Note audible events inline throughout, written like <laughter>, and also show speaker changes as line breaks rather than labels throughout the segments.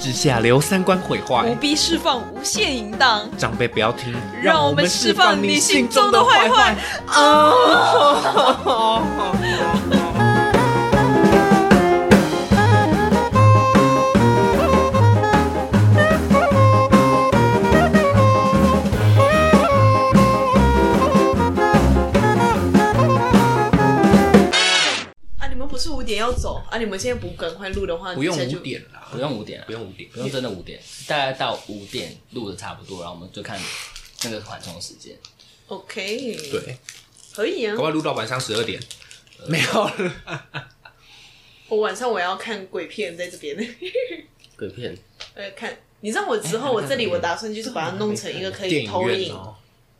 之下留三观毁
不
坏。
必释放无限淫荡，
长辈不要听，
让我们释放你心中的坏坏。啊！你们不是五点要走啊？你们现在不赶快录的话，
不用
你现在
五
就。
点啦，
不用五点、啊，
不用五点，
不用真的五点，大概到五点录的差不多，然后我们就看那个缓冲时间。
OK，，
对，
可以啊
赶。快录到晚上十二点。没有了，
我晚上我要看鬼片，在这
<laughs>
边。
鬼片，
呃，看，你知道我之后我这里我打算就是把它弄成一个可
电
以
影
投
院
影、
哦，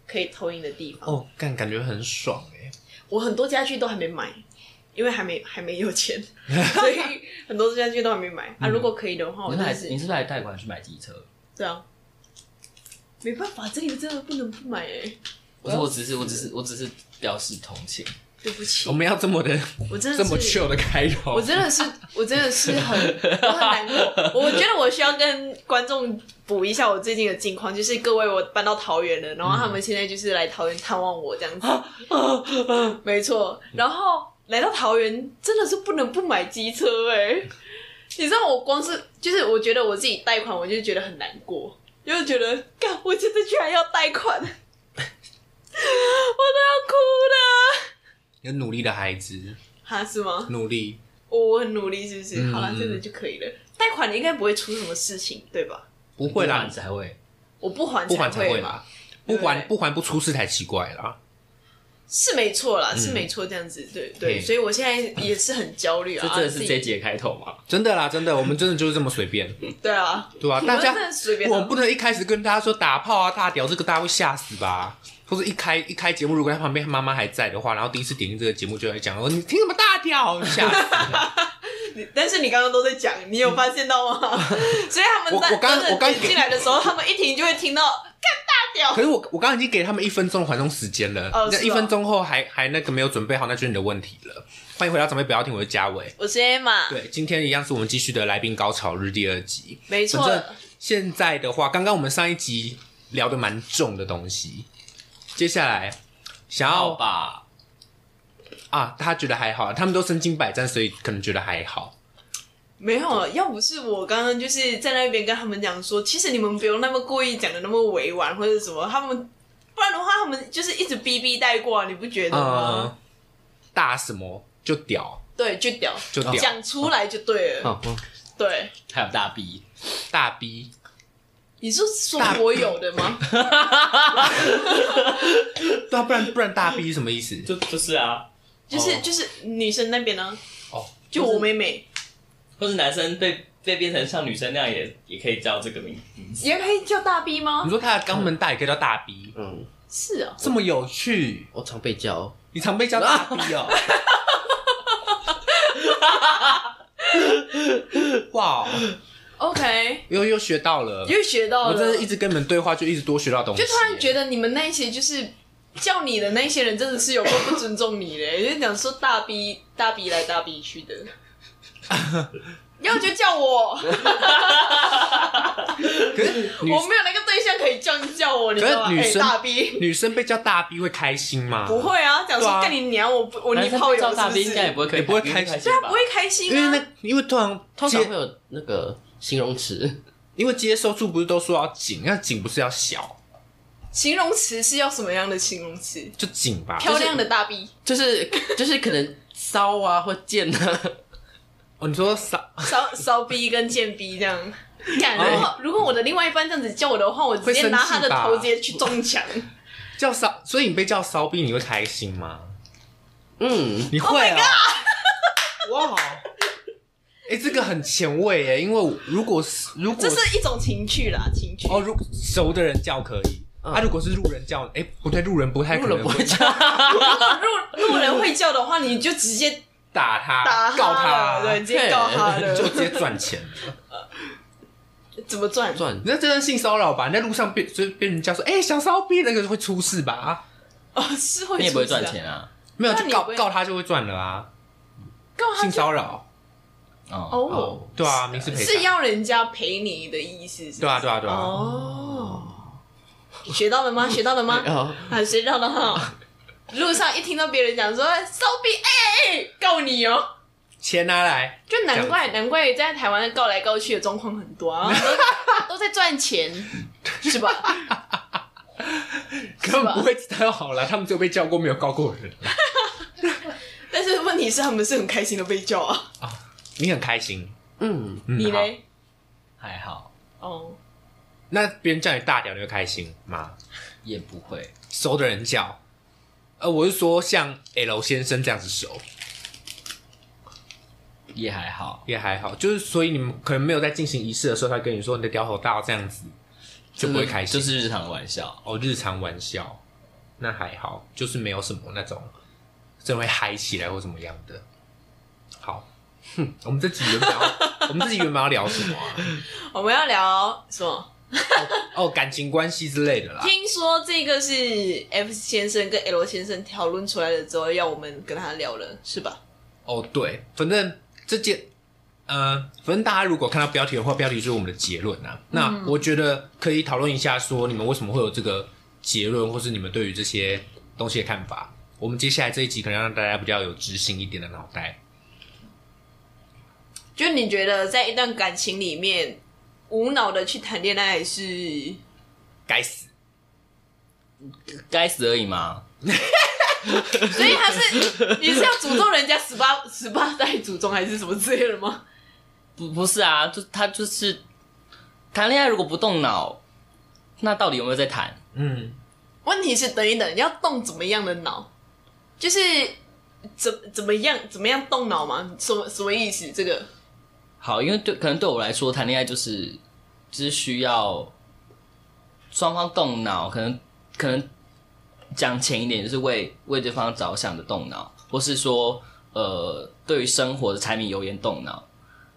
可以投影的地方。
哦，干感觉很爽哎、
我很多家具都还没买，因为还没 <laughs> 还没有
<laughs>
钱，所以很多家具都还没买
嗯
啊。如果可以的话，我
你
就是
还
是
你是不是还贷款去买机车？
对啊，没办法，这个真的不能不买哎、
不是，我只是我只是我只是表示同情。
对不起
我，们要这么的
我真的
哦这么
是。
chill 的开头，
我真的是，我真的是很，我很难过。我觉得我需要跟观众补一下我最近的近况，就是各位，我搬到桃园了，然后他们现在就是来桃园探望我这样子。没错，然后来到桃园真的是不能不买机车哎、你知道我光是就是我觉得我自己贷款，我就觉得很难过，就是觉得干，我真的居然要贷款，我 <laughs> 都要哭了。
有努力的孩子，
哈，是吗？
努力
我我很努力，是不是？
嗯
好了，真的就可以了。贷款你应该不会出什么事情，对吧？
不会啦
你，才会。
我不还
不还才
会
会
嘛，
啦，不还
对
不还不出事才奇怪啦。
是没错啦，是没错，这样子，对对。
嗯
所以我现在也是很焦虑
这
啊，
真的
自
是
己
这一集的开头吗？
真的啦，真的，我们真的就是这么随便，
对啊，
对吧、
我
大
们
家
真的随便啊，
我们不能一开始跟大家说打炮啊、大屌，这个大家会吓死吧？或者一开一开节目，如果他旁边妈妈还在的话，然后第一次点进这个节目就来讲哦说你听什么大屌，吓
<laughs>
死！
你但是你刚刚都在讲，你有发现
<laughs>
到吗？所以他们
我
在
我刚
真的
我刚
点进来的时候，他们一听就会听到干大
可
屌。
是我我刚刚已经给他们一分钟的缓冲时间了，
哦
那
是哦
一分钟后还还那个没有准备好，那就是你的问题了。欢迎回到长辈不要听，我是嘉伟。
我是 Emma，
对，今天一样是我们继续的来宾高潮日第二集。
没错
反，正现在的话，刚刚我们上一集聊的蛮重的东西，接下来想要
好吧，
啊，他觉得还好，他们都身经百战，所以可能觉得还好。
没有，要不是我刚刚就是在那边跟他们讲说，其实你们不用那么故意讲的那么委婉或者什么，他们不然的话，他们就是一直逼逼带过、啊，你不觉得吗？
嗯，大什么就屌，
对，就屌，
就屌
讲出来就对了。
嗯嗯，
对，
还有大 B，
大逼
你是说我有的吗？
嗯对啊，不然不然大逼是什么意思？
就就是啊，
就是
哦
就是女生那边呢、
哦，
就我妹妹
或是男生被被变成像女生那样也也可以叫这个名字。
也可以叫大逼吗
你？说他的肛门大也可以叫大逼，
嗯，
是啊，
这么有趣，
我常被叫，
你常被叫大逼
<laughs>
哦。哇，
，OK，
又又学到了，
又学到
我
了，
真的一直跟你们对话，就一直多学到东西。
就突然觉得你们那些就是叫你的那些人，真的是有够不尊重你
<laughs>
的，就讲说大逼大逼来大逼去的，要就叫我，我
可是
没
女
有那个对象可以这样叫我，你知道吗？
可是女
哎
生
大逼
女生被叫大逼会开心吗？
不，会啊，讲说
对啊
干你娘，我不我
男
哦你
生
炮
被
友
叫
是
大
不
B 应该也
是？
不会可以
也不会开
开心
心
他
吧
不？会开心
因为
啊，
那因为通常
通常
接
会有那个形
<laughs>
容词，
因为接受处不是都说要紧，那紧不是要小，
形容词是要什么样的形容词？
就紧吧。
漂亮的大逼，
就是就是可能骚啊或贱啊，
哦，你说骚 <laughs>
骚骚逼跟贱逼这样。干，如果如果我的另外一半这样子叫我的话，我直
会
接
生
拿
气
他的
吧
头直接去中墙。
叫骚，所以你被叫骚逼，你会开心吗？
嗯，
你会啊？
Oh
<laughs> 哇！哎，这个很前卫哎，因为如果是如果
这是一种情趣啦，情趣。
哦，如熟的人叫可以，
嗯
啊，如果是路人叫，哎，不对，路人不太可
入
能
了不会叫，
路路人会叫的话，你就直接
打他、
打
告
他了，对，
他，
直接告他
<laughs> 就
了。
直接赚钱。
怎么赚？
哦
转
你那这算性骚扰吧？你在路上被就被人叫说，哎，小骚逼，那个会出事吧？啊
哦，是会
<laughs> 你也不会
出事啊
赚，钱啊，
没有，
那
就
你
告
不会
告他就会赚了啊。
告他
<laughs> 性
就
骚扰，
哦，
哦，
对啊，民事赔
是
偿。
要人家陪你的意思是？
对啊，对啊，对啊。
哦，学到了吗？学到
<laughs>
了吗？
哦，
啊，学到了哈。路上一听到别人讲说骚逼，哎、哎哎告你哦、
钱拿来，
就难怪难怪在台湾告来告去的状况很多啊， <laughs> 都都在赚钱，是吧？
根本不会知道好了。他们只有被叫过，没有告过人。
<laughs> 但是问题是他们是很开心的被叫啊，
你很开心，
嗯，
嗯
你？
好
嘞？
还好
哦，
那别人叫你大屌，你会开心吗？
也不会，
熟的人叫，呃，我是说像 L 先生这样子熟
也还好，
也还好，就是所以你们可能没有在进行仪式的时候，他跟你说你的屌好大哦这样子，就不会开心。
就是日常玩笑。
哦，日常玩笑，那还好，就是没有什么那种真的会嗨起来或怎么样的。好，哼，我们这几原本要， <laughs> 我们这几原本要聊什么啊？
哦我们要聊什么？
哦，感情关系之类的啦。
听说这个是 F 先生跟 L 先生讨论出来了之后，要我们跟他聊了，是吧？
哦，对，反正这件，呃，反正大家如果看到标题的话，标题就是我们的结论啊。那我觉得可以讨论一下，说你们为什么会有这个结论，或是你们对于这些东西的看法。我们接下来这一集可能让大家比较有知性一点的脑袋。
就你觉得在一段感情里面，无脑的去谈恋爱是
该死，
该死而已嘛，
所以他是你是要诅咒人家十八十八代祖宗还是什么之类的吗？
不不是啊，就他就是谈恋爱，如果不动脑，那到底有没有在谈？
嗯，
问题是等一等，要动怎么样的脑？就是怎怎么样怎么样动脑吗？什么什么意思？这个
好，因为对可能对我来说，谈恋爱就是只需要双方动脑，可能可能讲浅一点，就是为为对方着想的动脑，或是说呃对于生活的柴米油盐动脑，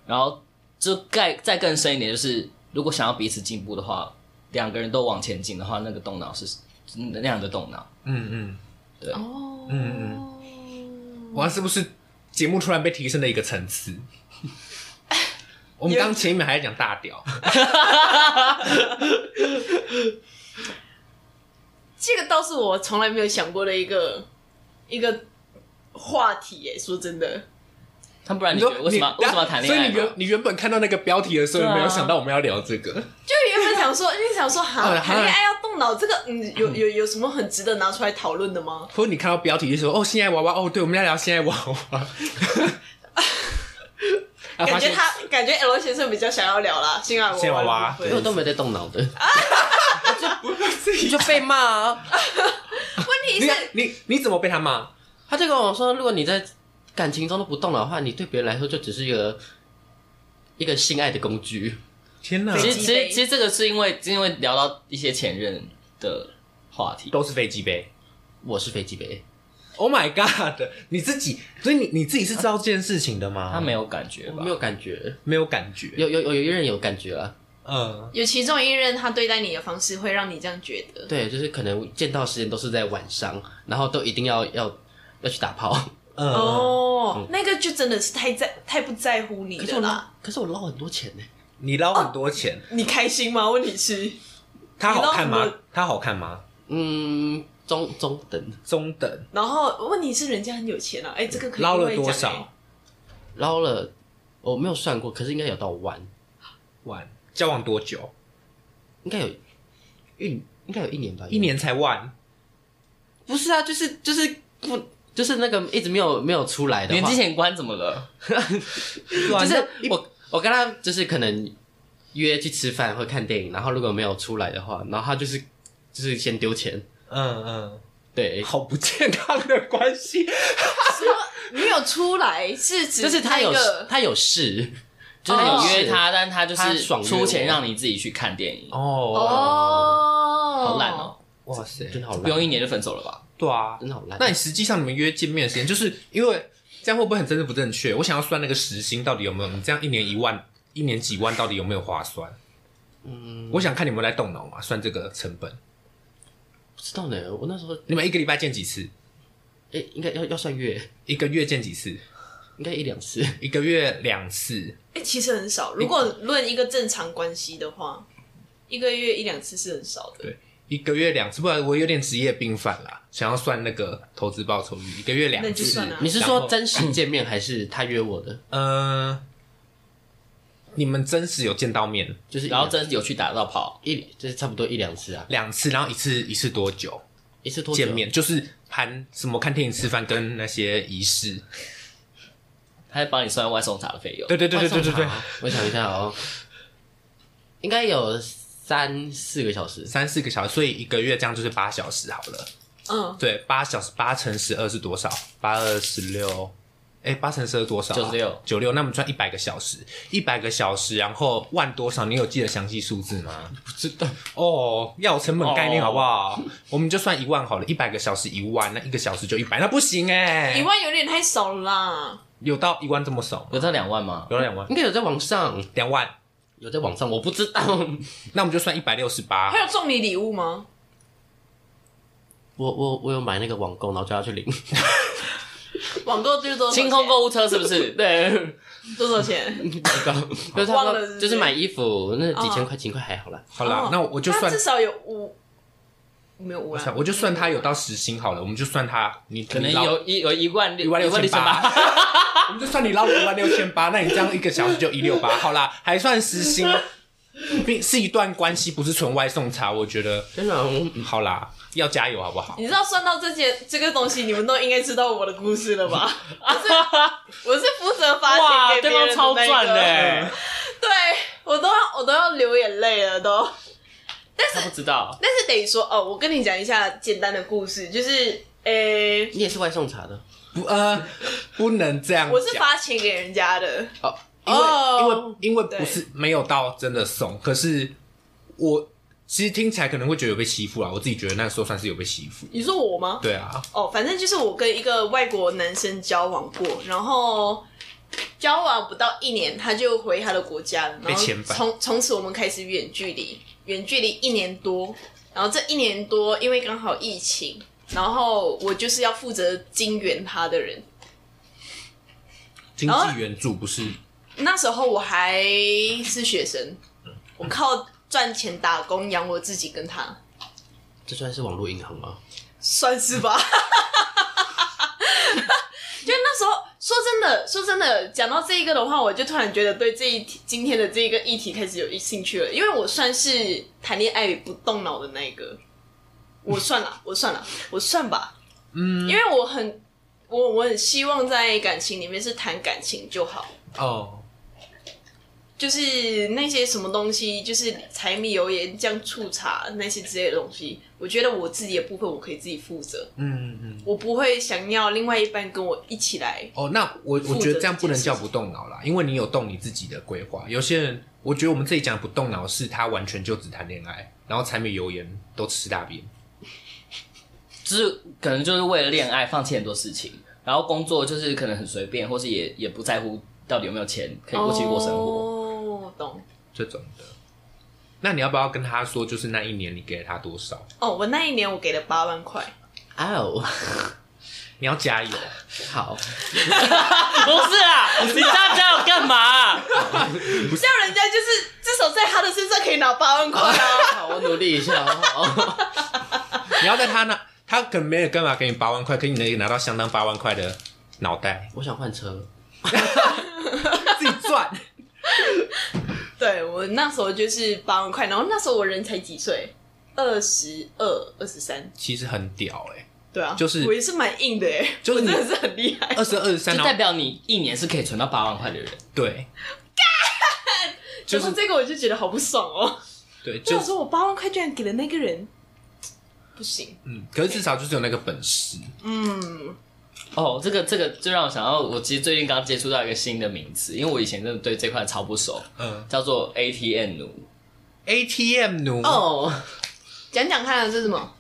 然后就再再更深一点，就是如果想要彼此进步的话，两个人都往前进的话，那个动脑是那样的动脑。
嗯嗯，
哦，
嗯哇，是不是节目突然被提升了一个层次？
<laughs>
我们刚前面还在讲大
<laughs>
屌，
这个倒是我从来没有想过的一个一个话题耶。说真的，
他不然你觉得为什么为什么要谈恋
所以
爱嘛？
你原你原本看到那个标题的时候，
对啊
你没有想到我们要聊这个。
就原本
<laughs>
想说，因为想说，哈，
呃
谈恋
哈
爱要动脑，这个嗯，有有有什么很值得拿出来讨论的吗？
或者你看到标题就说哦，性爱娃娃哦，对，我们要聊性爱娃娃。啊
感
发
觉
现
他感觉 L 先生比较想要聊啦，性爱
性爱
娃
娃娃
的部
因为我
分
都没在动脑的，就就被骂啊。
问题
你
是，
你你怎么被他骂？
他就跟啊我说，如果你在感情中都不动脑的话，你对别人来说就只是一个一个性爱的工具。
天哪，
其
飞
实其
机杯
实其实这个是因为因为聊到一些前任的话题，
都是飞机杯。
我是飞机杯，
Oh my god！你自己，所以你你自己是知道这件事情的吗？
他没有感觉
我
吧
没？有感觉，
没有感觉。
有有有有一任有感觉啊。
嗯，
有其中一任他对待你的方式会让你这样觉得。
对，就是可能见到时间都是在晚上，然后都一定要要要去打炮。
嗯，
哦，那个就真的是太在太不在乎你
可是
了
我
啦
捞。，可是我捞很多钱呢、
你捞很多钱，
你开心吗？问题是，
他好看
你捞
吗
很多？
他好看吗？
嗯，中中等，
中等，
然后问题是人家很有钱啊，哎、这个可以
捞了
另外
多
讲哎
少？
捞了，我没有算过，可是应该有到万，
万交往多久？
应该有一应该有一年吧，
一年才万，
不是啊，就是就是不就是那个一直没有没有出来的
年
话
纪前关怎么
哦
了？
就
就是我我跟他就是可能约去吃饭或看电影，然后如果没有出来的话，然后他就是就是先丢钱，
嗯嗯，
对，
好不健康的关系。
什么没有出来？是指
就是他有
那个
他有事，
就是你
哦
约他，但他就
他
是
爽约
出钱
我
让你自己去看电影，
哦，
哦，
好烂哦！
哇塞，
真好
不
烂，
用一年就分手了吧？
对啊，
真好烂。
那你实际上你们约见面的时间，就是因为这样会不会很真实不正确？我想要算那个时薪到底有没有？你这样一年一万，一年几万到底有没有划算？嗯，我想看你们在动脑嘛，算这个成本。
不知道呢，我那时候
你们一个礼拜见几次？
诶、应该要要算月，
一个月见几次？
应该一两次。
一个月两次，
哎、其实很少。如果论一个正常关系的话，一个月一两次是很少的。
对，一个月两次，不然我有点职业病犯啦，想要算那个投资报酬率，一个月两
那就
次，
算了啊
你是
然
说
后
真实见面还是他约我的？
呃，你们真实有见到面
就是一
然后
两
真的有去打到跑，
一就是差不多一两次啊，
两次，然后一次一次多久
一次多久
见？面？就是含什么看电影、吃饭跟那些仪式。
他在帮你算外送茶的费用。
对对对对对对
外送
对
茶，我想一下哦，应该有三四个小时，
三四个小时，所以一个月这样就是八小时好了。
嗯，
对，八小时八乘十二是多少？八二十六，哎，八乘十二多少、啊？
96
九六。那我们算一百个小时，一百个小时，然后万多少？你有记得详细数字吗？
不知道
哦，要有成本概念
哦
好不好？我们就算一万好了，一百个小时一万，那一个小时就一百，那不行哎、
一万有点太少了啦。
有到一万这么少吗？
有到两万吗？
有到两万，
应该有在网上，
两万，
有在网上，我不知道，
那我们就算一百六十八
他。有送你礼物吗？
<laughs> 我我我有买那个网购，然后叫他 <laughs> 去领，
网购就是多少钱
清空购物车是不
<laughs>
是？对，
多少钱？
不
<laughs>
知道，就是差
忘
不
了是不
多
是
就是买衣服那几千块几千块还好啦，
<laughs> 好啦
哦，
那我就
那
算
至，少有五，没有五
我
啊
想，我就算他有到十星好了，我们就算他，你
可能
你捞
有一有一万
一万六千
六
八， <laughs> 我们就算你捞了一万六千八，那你这样一个小时就一六八，好啦，还算时薪，并是一段关系，不是纯外送茶，我觉得
真的嗯
好啦，要加油好不好？
你知道算到这件这个东西，你们都应该知道我的故事了
<laughs>
吧？ <laughs> 我是负责发
哇，
钱给
对
别人
方
的那
超赚
啊
个
的欸，
对我都要我都要流眼泪了都。
他不知道，
但是得说哦，我跟你讲一下简单的故事，就是诶、
你也是外送茶的
不呃，不能这样
我是
讲，
发钱给人家的，
哦，
因为、
哦
因为因为
对
不是没有到真的送，可是我其实听起来可能会觉得有被欺负啊啦，我自己觉得那时候算是有被欺负，
你说我吗？
对啊，
哦，反正就是我跟一个外国男生交往过，然后交往不到一年，他就回他的国家了，
被
然后
遣返
从从此我们开始远距离，远距离一年多，然后这一年多因为刚好疫情，然后我就是要负责金援他的人，
经
然后
济援助不是
那时候我还是学生，我靠赚钱打工养我自己跟他，
这算是网络银行吗？
算是吧。 <laughs> 就那时候，说真的，说真的，讲到这一个的话，我就突然觉得对这一题今天的这一个议题开始有兴趣了，因为我算是谈恋爱不动脑的那一个，我算了， <laughs> 我算了，我算吧，嗯，因为我很，我我很希望在感情里面是谈感情就好，
哦，
就是那些什么东西，就是柴米油盐酱醋茶那些之类的东西，我觉得我自己的部分我可以自己负责，
嗯嗯。
我不会想要另外一半跟我一起来。
哦，那我
负责
我觉得这样不能叫
这件事
不
情
动脑啦，因为你有动你自己的规划。有些人，我觉得我们这里讲不动脑，是他完全就只谈恋爱，然后柴米油盐都吃大便。
<laughs> 就是可能就是为了恋爱放弃很多事情，然后工作就是可能很随便，或是也也不在乎到底有没有钱可以过去过生活。
哦，懂。
这种的。那你要不要跟他说，就是那一年你给了他多少？
哦，我那一年我给了八万块，
哦，
你要加油， <laughs>
<laughs>
好，
不是啊，你大家要干嘛、
这样人家就是至少在他的身上可以拿八万块
<laughs>
啊。
好，我努力一下，哦好，
你要在他那，他可能没有干嘛给你八万块，可你能拿到相当八万块的脑
<laughs>
袋，
我想换车，
自己赚。
对我那时候就是八万块，然后那时候我人才几岁，二十二、二十三，
其实很屌哎、
对啊，
就是
我也是蛮硬的哎，
就是
我
你
真的是很厉害
欸，。二十二十
就
三，然
代
后
表你一年是可以存到八万块的人。
对，就
讲到
是
这个我就觉得好不爽哦，
对，
就
就
想说我八万块居然给了那个人，不行，
嗯，可是至少就是有那个本事，
嗯，
哦，这个这个就让我想到，我其实最近刚接触到一个新的名词，因为我以前真的对这块超不熟，
嗯
叫做 ATM 奴。
，ATM 奴
哦，
讲讲看啊，这是什么？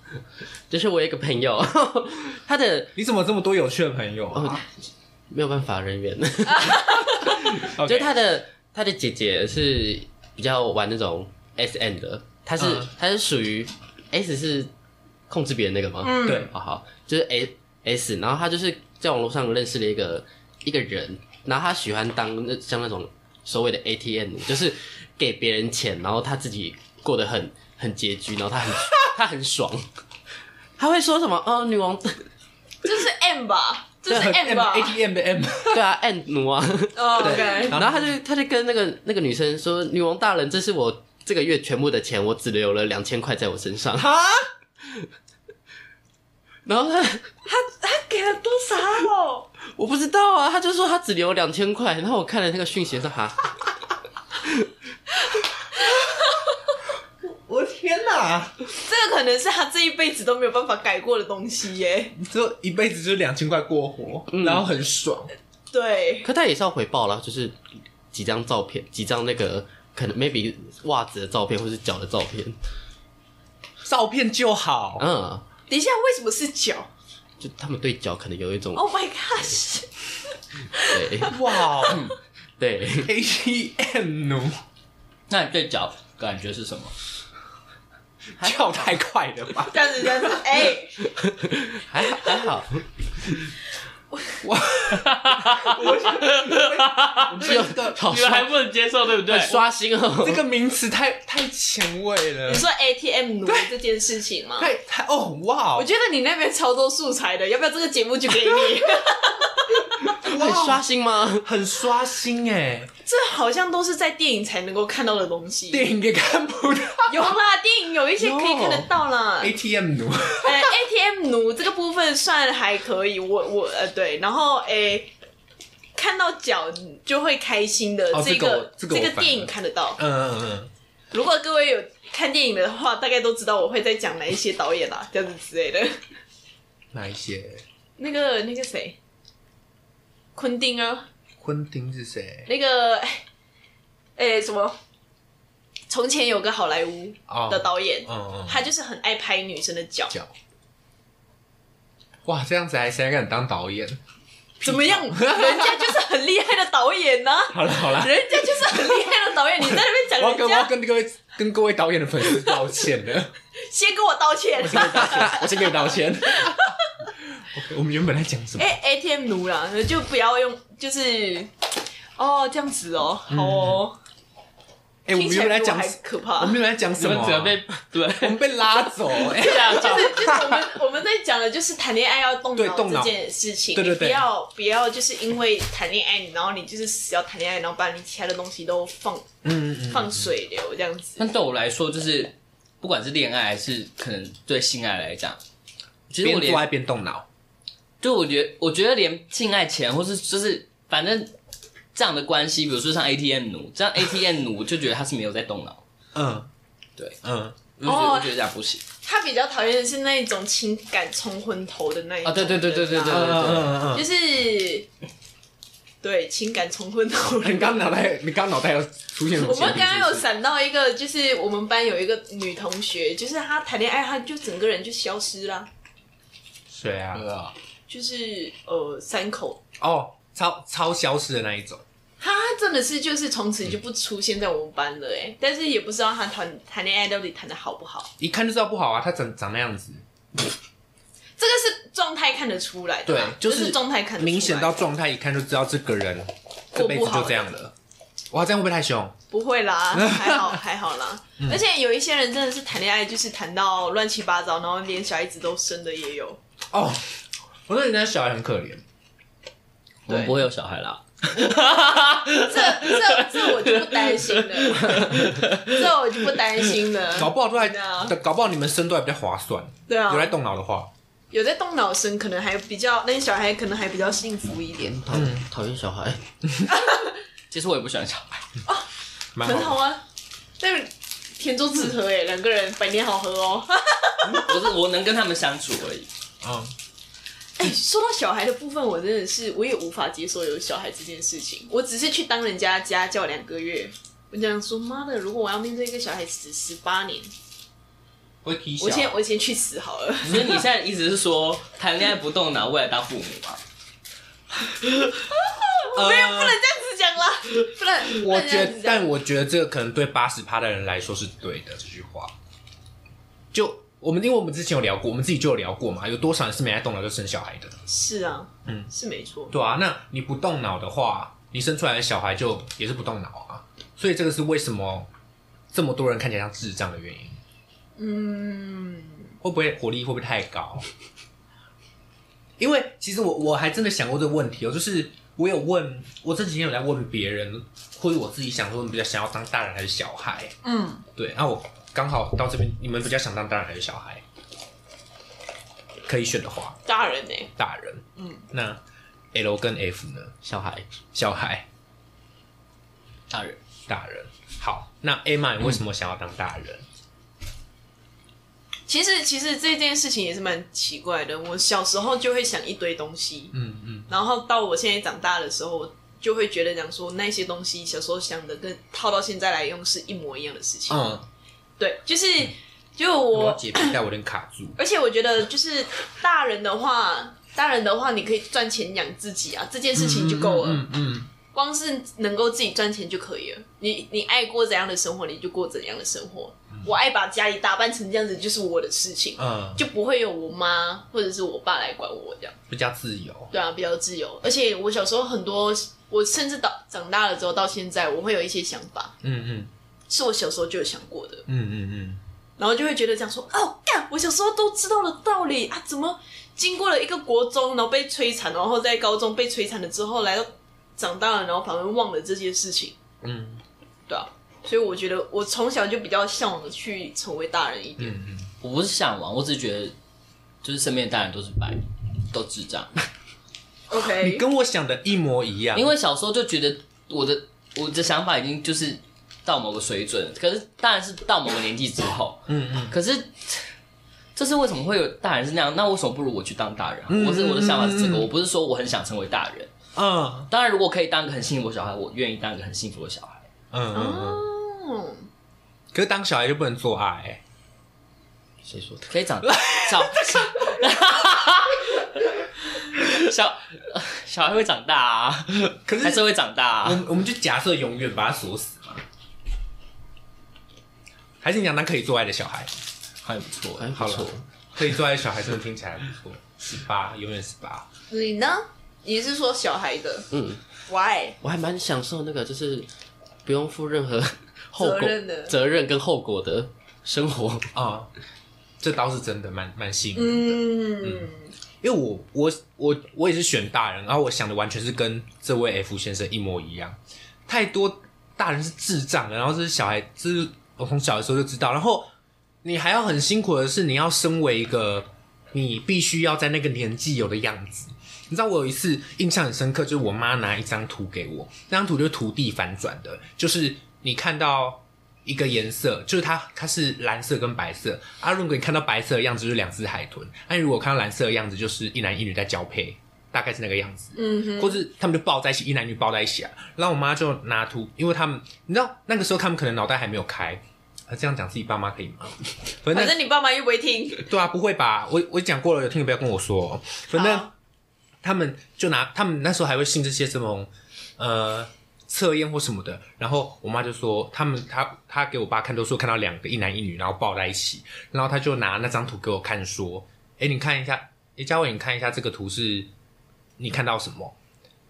就是我有一个朋友， <laughs> 他的
你怎么这么多有趣的朋友啊、
哦没有办法
<laughs>
人缘，
o
就是他的他的姐姐是比较玩那种 S N 的，她是
嗯
她是属于 S 是控制别人那个吗？
嗯
对
好好，就是 S S，然后她就是在网络上认识了一个一个人，然后他喜欢当那像那种所谓的 ATM，就是给别人钱，然后他自己过得很很拮据，然后他很 <laughs> 他很爽。他会说什么？哦，女王， <laughs>
这是 M 吧？这是
<laughs>
M
M
吧
ATM 的 M，
对啊，按奴啊。 <laughs>
哦？OK，
然后他就他就跟那个那个女生说：“女王大人，这是我这个月全部的钱，我只留了两千块在我身上。
哈，”
<laughs> 然后他
他给了多少？
<laughs> 我不知道啊，他就说他只留两千块。然后我看了那个讯息说：“哈，
我的天哪！
这个可能是他这一辈子都没有办法改过的东西耶。
你这一辈子就是两千块过活，
嗯
然后很爽，
<laughs> 对，
可他也是要回报啦，就是几张照片，几张那个可能 maybe 袜子的照片或是脚的照片，
照片就好。
嗯，
等一下，为什么是脚
就他们对脚可能有一种
？Oh my gosh！
对 <laughs>
哇
对，
，ATM 奴
<laughs>
嗯
那你对脚感觉是什么？
跳太快了吧？
这样子，这样子，哎、
还好还好，
哇，我
<laughs>
觉得
好
你们还
刷
不能接受，对不对？
刷新哦，
这个名词太太前卫了
<laughs> 你，说 ATM 奴这件事情吗？
太太哦哇
我，觉得你那边超多素材的，要不要这个节目就给你？
很刷新吗？
哦
<laughs>
很刷新
<laughs>
哎，
<laughs> 这好像都是在电影才能够看到的东西。
电影也看不到
<laughs> 有啦，电影有一哎些可以看得到啦。
ATM
<laughs>
奴，嗯
呃，ATM 奴这个部分算还可以，我我呃对，然后诶、看到脚就会开心的、
哦
这
这
这
个我这个我反而
电影看得到。
嗯嗯嗯，
如果各位有看电影的话，大概都知道我会在讲哪一些导演啊 <laughs> 啦，这样子之类的。
哪一些？
那个那个谁，昆汀啊，
昆汀是谁？
那个 <laughs> 哎诶什么，从前有个好莱坞
哦
的导演，
嗯嗯，
他就是很爱拍女生的脚。
脚。哇，这样子还谁还敢当导演？
怎么样？人家就是很厉害的导演呢、
<laughs> 好了好了，
人家就是很厉害的导演，你在那边
我要跟
讲
<laughs>
人
我要
家，
跟各位跟各位导演的粉丝道歉了，
先跟我道歉。 <laughs>
我先跟你道
<laughs>
歉。OK，我们原本在讲什么？
哎、a t m 奴啦，就不要用，就是哦，这样子哦，好哦，
哎、我们
听起
原本
来
在
比
讲
我还，可怕。
我们原本在讲
你
什么
们
啊？
只能被对
我们被拉
<laughs>
走、哎，
这样讲，
就是我们我们在讲的就是谈恋爱要动
对动脑
这件事情，
对对对
你不要不要就是因为谈恋爱，然后你就是死要谈恋爱，然后把你其他的东西都放
嗯嗯
放水流这样子。
但对我来说，就是不管是恋爱还是可能对性爱来讲，其实
边
我
做爱
连
边动脑，
就我觉得，我觉得连性爱前或是就是反正这样的关系，比如说像 ATM 奴，这样 ATM 奴 <laughs> 就觉得他是没有在动脑，
嗯，
对，
嗯，
我就觉得我觉得这样不行。
他比较讨厌的是那一种情感冲昏头的那一种
啊对对对对对对
人啊
嗯嗯嗯
就
嗯。
是对情感冲昏头
你
人。
刚脑袋，你刚脑袋有出现什么
我
前提是不是？
们刚刚有闪到一个，就是我们班有一个女同学，就是她谈恋爱，她就整个人就消失啦，
谁啊？
对啊，
就是呃三口，
哦，超超消失的那一种。
她真的是就是从此就不出现在我们班了哎、但是也不知道她谈谈恋爱到底谈的好不好，
一看就知道不好啊，他长长那样子，
这个是状态看得出来的啦，
对就
就是是状态看得出来
明显到状态一看就知道这个人这
过
辈子
不好
就这样了。哇，这样会不会太凶？
不
<laughs>
会啦，还好还好啦。
嗯
而且有一些人真的是谈恋爱就是谈到乱七八糟，然后连小孩子都生的
<laughs>
也有。
哦，我说人家小孩很可
<laughs>
怜，
我们不会有小孩啦。
这这这我就不担心了，
<laughs>
这我就不担心了。
搞不好都还
对啊，
搞不好你们生都还比较划算。
对啊
有在动脑的话，
有在动脑生，可能还比较那些小孩可能还比较幸福一点，
讨讨厌小孩，
其实我也不喜欢小孩，
蛮
很好
好
啊。但天作之合哎，两个人百年好合哦。
我是我能跟他们相处而已。
的。嗯，
<laughs> 哎，说到小孩的部分，我真的是我也无法接受有小孩这件事情。我只是去当人家家教两个月，我想说妈的，如果我要面对一个小孩子十八年，
会踢
我先我先去死好了。
所以你现在意思是说，谈恋爱不动脑，未来当父母吗？
我
<laughs> 没有，不能这样子讲啦，不能。
我
不能这
觉
样
得
子，讲
但我觉得这个可能对八十趴的人来说是对的。这句话，就我们因为我们之前有聊过，我们自己就有聊过嘛，有多少人是没在动脑就生小孩的？
是啊，
嗯
是没错。
对啊，那你不动脑的话，你生出来的小孩就也是不动脑啊。所以这个是为什么这么多人看起来像智障的原因。
嗯，
会不会火力会不会太高？因为其实我我还真的想过这个问题哦，就是我有问，我这几天有在问别人，或者我自己想说，你比较想要当大人还是小孩？
嗯，
对，那、我刚好到这边，你们比较想当大人还是小孩？可以选的话，
大人呢、
大人。
嗯，
那 L 跟 F 呢？
小孩
小孩，
大人，
大人。好，那 Emma 你为什么想要当大人？
其实其实这件事情也是蛮奇怪的。我小时候就会想一堆东西，
嗯嗯，
然后到我现在长大的时候，我就会觉得讲说那些东西小时候想的跟套到现在来用是一模一样的事情。
嗯，
对，就是就
我
我
解皮带我有点卡住。
而且我觉得，就是大人的话，大人的话，你可以赚钱养自己啊，这件事情就够了。
嗯嗯
光是能够自己赚钱就可以了。你你爱过怎样的生活，你就过怎样的生活。我爱把家里打扮成这样子，就是我的事情，
嗯，
就不会有我妈或者是我爸来管我这样。
比较自由。
对啊，比较自由。而且我小时候很多，我甚至到长大了之后到现在，我会有一些想法，
嗯嗯
是我小时候就有想过的。
嗯嗯嗯。
然后就会觉得这样说，哦，干，我小时候都知道的道理啊，怎么经过了一个国中，然后被摧残，然后在高中被摧残了之后，来到长大了，然后反而忘了这些事情，
嗯
对啊，所以我觉得我从小就比较向往的去成为大人一点，
嗯嗯，
我不是向往，我只是觉得就是身边的大人都是白，都智 <laughs> 障。
你
OK，
跟我想的一模一样，
因为小时候就觉得我的我的想法已经就是到某个水准了，可是当然是到某个年纪之 <laughs> 后，
嗯嗯，
可是这是为什么会有大人是那样？那为什么不如我去当大人？啊
嗯
我是我的想法是这
嗯
个，
嗯嗯
我不是说我很想成为大人。
嗯
当然，如果可以当个很幸福的小孩，我愿意当一个很幸福的小孩。
嗯嗯，
哦，
可是当小孩就不能做爱，
谁说的？
可以长小小 <laughs> 呃小孩会长大啊，
可
还是
是
会长大
我
啊。
们我们就假设永远把他锁死嘛，还是你想当可以做爱的小孩？
还不错
还，不
好
错
了，可以做爱的小孩真的听起来不错，十八永远十八，
你呢？你是说小孩的
嗯，
why？
我还蛮享受那个，就是不用负任何后果、
责任的
责任跟后果的生活。
啊，这倒是真的蛮蛮吸引人的。
嗯，
因为我我我我也是选大人，然后我想的完全是跟这位 F 先生一模一样，太多大人是智障的，然后这是小孩，这是我从小的时候就知道，然后你还要很辛苦的是，你要身为一个你必须要在那个年纪有的样子。你知道我有一次印象很深刻，就是我妈拿一张图给我，那张图就是土地反转的，就是你看到一个颜色，就是它它是蓝色跟白色啊。如果你看到白色的样子，就是两只海豚；那、如果看到蓝色的样子，就是一男一女在交配，大概是那个样子。
嗯哼，
或是他们就抱在一起，一男一女抱在一起啊。然后我妈就拿图，因为他们你知道那个时候他们可能脑袋还没有开，啊这样讲自己爸妈可以吗？ <laughs> 反
反
正
正你爸妈又不会听， <laughs>
<laughs> 对啊，不会吧？我我讲过了，有听友不要跟我说、哦。反正
好
他们就拿他们那时候还会信这些什么呃测验或什么的。然后我妈就说他们她她给我爸看都说看到两个一男一女，然后抱在一起。然后她就拿那张图给我看说：“哎、你看一下，哎，嘉伟，你看一下这个图是你看到什么？”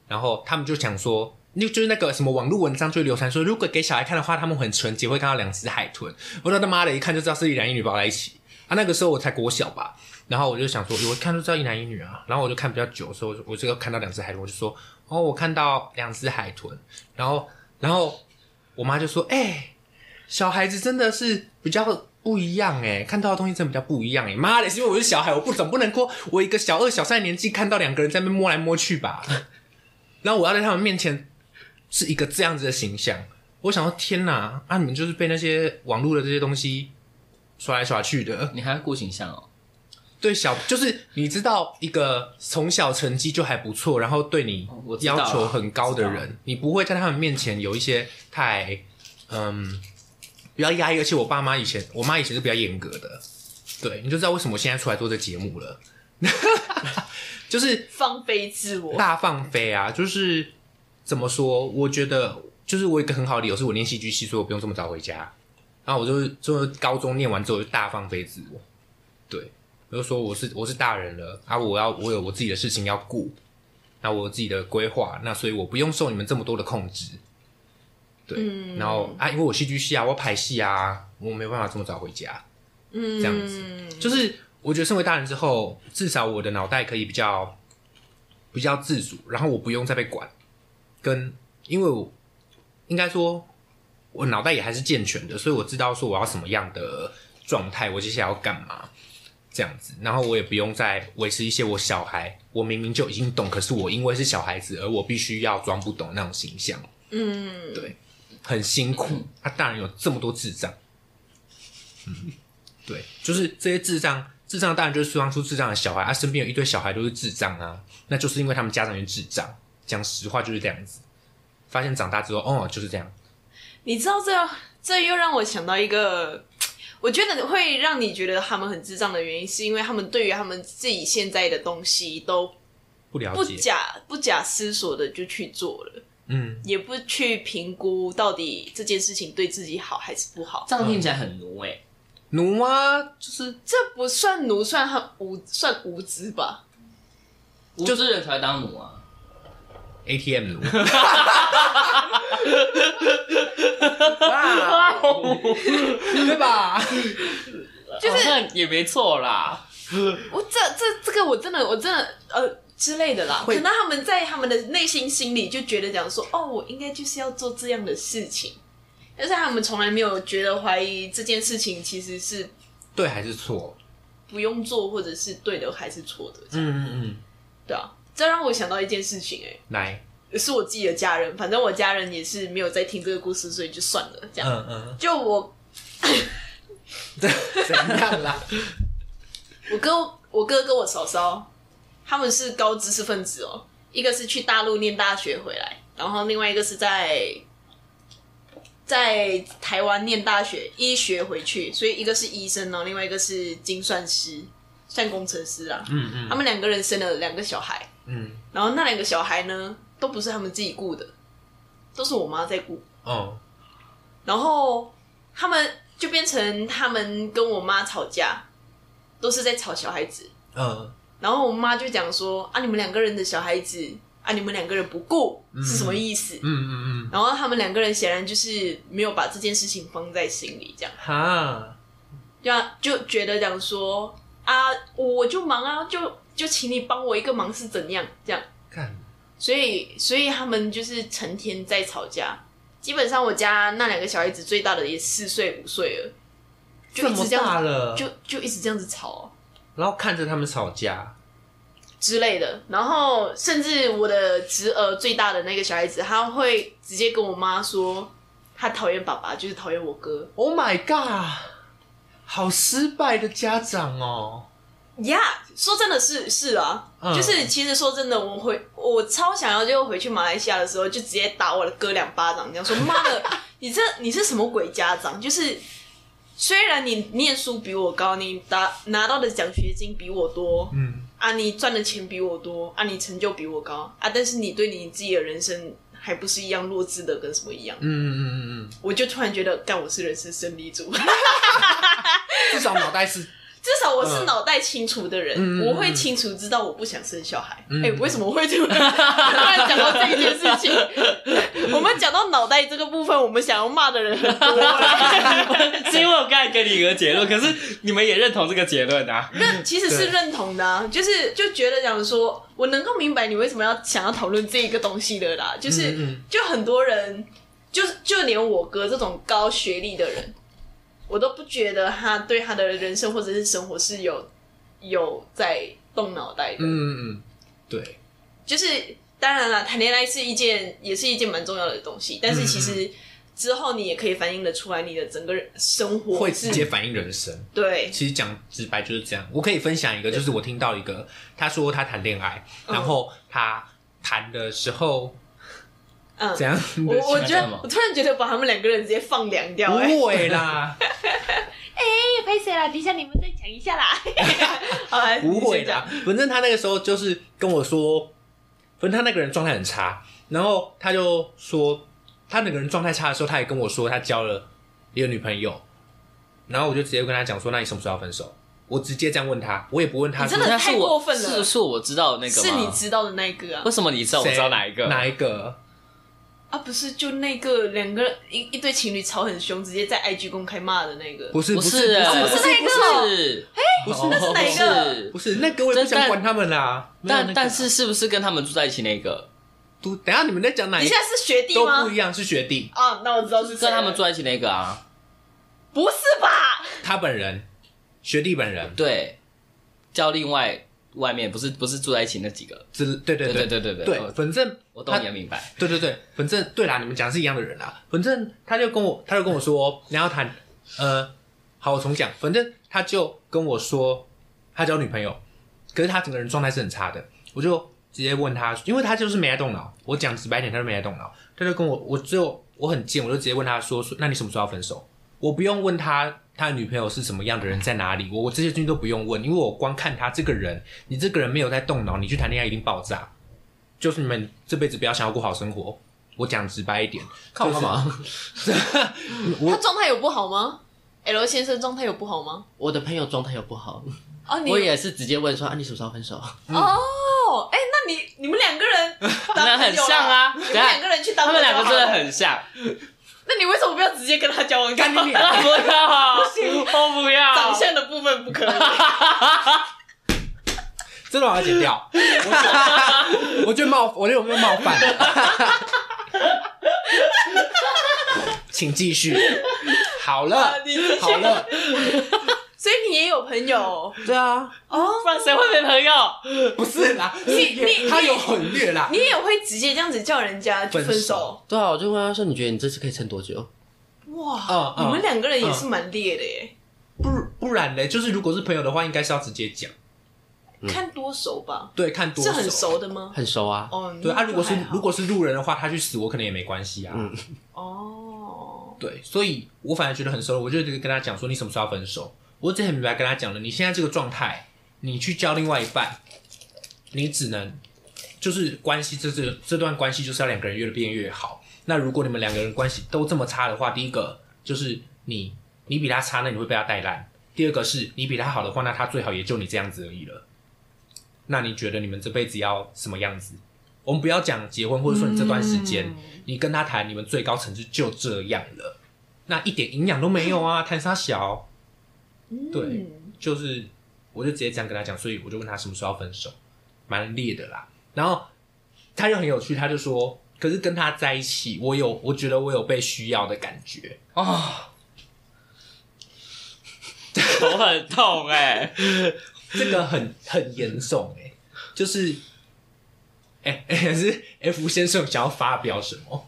然后他们就想说。那就是那个什么网络文章就流传说，如果给小孩看的话，他们很纯洁，会看到两只海豚。我说他妈的，一看就知道是一男一女抱在一起。啊，那个时候我才国小吧，然后我就想说，我看就知道一男一女啊，然后我就看比较久的时候，我就看到两只海豚，我就说，哦，我看到两只海豚，然后，然后我妈就说，哎、小孩子真的是比较不一样哎、看到的东西真的比较不一样哎、妈的，是因为我是小孩，我不总不能说我一个小二小三的年纪看到两个人在那边摸来摸去吧，然后我要在他们面前是一个这样子的形象，我想说天哪，啊，你们就是被那些网络的这些东西耍来耍去的，
你还要顾形象哦。
对小就是你知道一个从小成绩就还不错，然后对你
哦我知道
要
了
求很高的
知道
人，你不会在他们面前有一些太嗯比较压抑。而且我爸妈以前，我妈以前是比较严格的，对，你就知道为什么我现在出来做这节目了， <laughs> 就是
放飞自我，
大放飞啊！就是怎么说？我觉得就是我有一个很好的理由是我念戏剧系，所以我不用这么早回家。然后我就就是高中念完之后就大放飞自我，对，我就说我是我是大人了啊，我要我有我自己的事情要顾，那我有自己的规划，那所以我不用受你们这么多的控制。对，
嗯
然后啊，因为我戏剧系啊，我要排戏啊，我没有办法这么早回家。
嗯，
这样子就是我觉得身为大人之后，至少我的脑袋可以比较比较自主，然后我不用再被管，跟因为我应该说我脑袋也还是健全的，所以我知道说我要什么样的状态，我接下来要干嘛这样子，然后我也不用再维持一些我小孩我明明就已经懂，可是我因为是小孩子，而我必须要装不懂那种形象，
嗯，
很辛苦。他、大人有这么多智障，对，就是这些智障，智障当然就是释放出智障的小孩，他、身边有一堆小孩都是智障啊，那就是因为他们家长是智障。讲实话就是这样子，发现长大之后，哦，就是这样。
你知道这这又让我想到一个，我觉得会让你觉得他们很智障的原因，是因为他们对于他们自己现在的东西都
不了
不
解，
假不假思索的就去做了，
嗯，
也不去评估到底这件事情对自己好还是不好。
这样听起来很奴哎、
奴啊，就是
这不算奴，算很无算无知吧？
无知人才会当奴啊。
ATM 奴。哇，对吧？
就是、也没错啦，
我这这这个我真的我真的呃之类的啦，可
会
能他们在他们的内心心里就觉得讲说，哦，我应该就是要做这样的事情，但是他们从来没有觉得怀疑这件事情其实是
对还是错？
不用做，或者是对的还是错的，
嗯嗯嗯，
对啊。这让我想到一件事情、欸，
来，
是我自己的家人，反正我家人也是没有在听这个故事，所以就算了，这样。
嗯嗯，
就我
怎样啦？
我哥，我哥跟我嫂嫂，他们是高知识分子哦。一个是去大陆念大学回来，然后另外一个是在在台湾念大学医学回去，所以一个是医生哦，另外一个是精算师，算工程师啊。
嗯嗯
他们两个人生了两个小孩，
嗯，
然后那两个小孩呢，都不是他们自己雇的，都是我妈在雇。
哦，
然后他们就变成他们跟我妈吵架，都是在吵小孩子。
嗯
然后我妈就讲说啊，你们两个人的小孩子啊，你们两个人不顾是什么意思？
嗯嗯嗯，
然后他们两个人显然就是没有把这件事情放在心里，这样
哈。
就啊就觉得讲说啊，我就忙啊，就就请你帮我一个忙是怎样这样。
看，
所以所以他们就是成天在吵架。基本上我家那两个小孩子最大的也四岁五岁了，就
这
一
么
直这样
大了，
就就一直这样子吵、哦
然后看着他们吵架，
之类的。然后甚至我的侄儿最大的那个小孩子，他会直接跟我妈说，他讨厌爸爸，就是讨厌我哥。
Oh my god！好失败的家长哦。
呀、说真的是是啊，
嗯
就是其实说真的，我回我超想要就回去马来西亚的时候，就直接打我的哥两巴掌，这样说妈的，你这你是什么鬼家长？就是虽然你念书比我高，你拿拿到的奖学金比我多，
嗯，
啊，你赚的钱比我多，啊，你成就比我高，啊，但是你对你自己的人生还不是一样弱智的，跟什么一样？
嗯嗯嗯嗯，
我就突然觉得，干，我是人生胜利组，
<laughs> 至少脑袋是
至少我是脑袋清楚的人，
嗯嗯嗯
我会清楚知道我不想生小孩。哎、
嗯
为什么
<laughs>
会突然突然讲到这一件事情？ <laughs> 我们讲到脑袋这个部分，我们想要骂的人很多，啊
是因为我刚才给你一个结论，可是你们也认同这个结论啊？
认其实是认同的、啊，就是就觉得讲说，我能够明白你为什么要想要讨论这一个东西的啦，就是。
嗯嗯
就很多人，就是就连我哥这种高学历的人，我都不觉得他对他的人生或者是生活是有有在动脑袋的。
嗯嗯，对，
就是当然了，谈恋爱是一件也是一件蛮重要的东西，但是其
嗯
实之后你也可以反映的出来你的整个人生活
会
是
直接反映人生。
对，
其实讲直白就是这样。我可以分享一个，就是我听到一个，他说他谈恋爱，然后他谈的时候
嗯，
怎样的
我
行
我
为
觉
干
得
嘛
我突然觉得把他们两个人直接放凉掉、哎，
不会啦，
拍谁啦？等一下你们再讲一下啦。好，
<laughs>
来
<laughs> 不会
你先讲
的。反正他那个时候就是跟我说，反正他那个人状态很差，然后他就说他那个人状态差的时候，他也跟我说他交了一个女朋友，然后我就直接跟他讲说，那你什么时候要分手？我直接这样问他，我也不问他
你真
说
的
那
太
是我
过分了
是是我知道的那个
是
吗
你知道的那个啊
为什么你知道我
谁
知道哪一个？
哪一个？
啊，不是就那个两个一一对情侣吵很凶，直接在 IG 公开骂的那个，
不是
不
是
是
不
不是那个哦哎
不是
不是
那是哪一个
是
不是那个，我也不想管他们啦。没有那
但
个
但是是不是跟他们住在一起那个？
都等一下你们在讲哪
哎
你
一
现在是学弟
都
吗
不一？样，是学弟，
啊，那我知道是谁
跟
了
他们住在一起那个啊？
不是吧？
他本人，学弟本人，
对，叫另外外面不是不是住在一起那几个？
之对对
对
对
对对对
对，
哦
反正
我懂
他
你的明白。
<laughs> 对对对，反正对啦，你们讲的是一样的人啦。反正他就跟我，他就跟我说， <laughs> 然后谈，呃，好，我重讲。反正他就跟我说，他交女朋友，可是他整个人状态是很差的。我就直接问他，因为他就是没在动脑。我讲直白点，他就没在动脑。他就跟我，我就我很贱，我就直接问他说，说那你什么时候要分手？我不用问他他的女朋友是什么样的人，在哪里，我我这些东西都不用问，因为我光看他这个人，你这个人没有在动脑，你去谈恋爱一定爆炸。就是你们这辈子不要想要过好生活。我讲直白一点，
看我干嘛？
我
他状态有不好吗？L 先生状态有不好吗？
我的朋友状态又不好，
哦，你
我也是直接问说啊，你什么时候分手？
嗯
哦，哎，那你你们两个
<laughs>
人
那
当
很
朋友啦
像啊
你们
等下
两个人去当
他们两个
朋友就
真的
好了，
很像，
那你为什么不要直接跟他交往？
干你脸！
<laughs> 不要，我不要，
长相的部分不可以，
<laughs>
<laughs>
这段我要剪
<laughs>
掉。我我觉得冒，我觉得我没有冒犯。 <laughs> 请继续。好了
啊你继，续
好了，
所以你也有朋友
对啊，
哦，
不然谁会没朋友？
不是啦，
你
他有很虐啦
你。也会直接这样子叫人家就分
分
手
手？
对啊，我就问他说，你觉得你这次可以撑多久？
哇
嗯，嗯
你们两个人也是蛮烈的耶，
不不然嘞，就是如果是朋友的话，应该是要直接讲。
看多熟吧？
对，看嗯多
是很
熟。
熟的吗？
很熟啊，
哦，
对啊，如果是
那就还好
如果是路人的话，他去死我可能也没关系啊。
嗯
哦，
对，所以我反而觉得很熟，我就跟他讲说你什么时候要分手。我之前很明白跟他讲了，你现在这个状态，你去交另外一半，你只能就是关系这这这段关系就是要两个人越变越好。那如果你们两个人关系都这么差的话，第一个就是你你比他差，那你会被他带烂；第二个是你比他好的话，那他最好也就你这样子而已了。那你觉得你们这辈子要什么样子？我们不要讲结婚，或者说你这段时间、你跟他谈，你们最高层次就这样了，那一点营养都没有啊，谈啥小？对，
嗯
就是我就直接这样跟他讲，所以我就问他什么时候要分手，蛮烈的啦。然后他就很有趣，他就说，可是跟他在一起，我有我觉得我有被需要的感觉，
哦， <laughs> 头很痛哎、
这个很很严重哎、就是。哎、哎是 F 先生想要发表什么？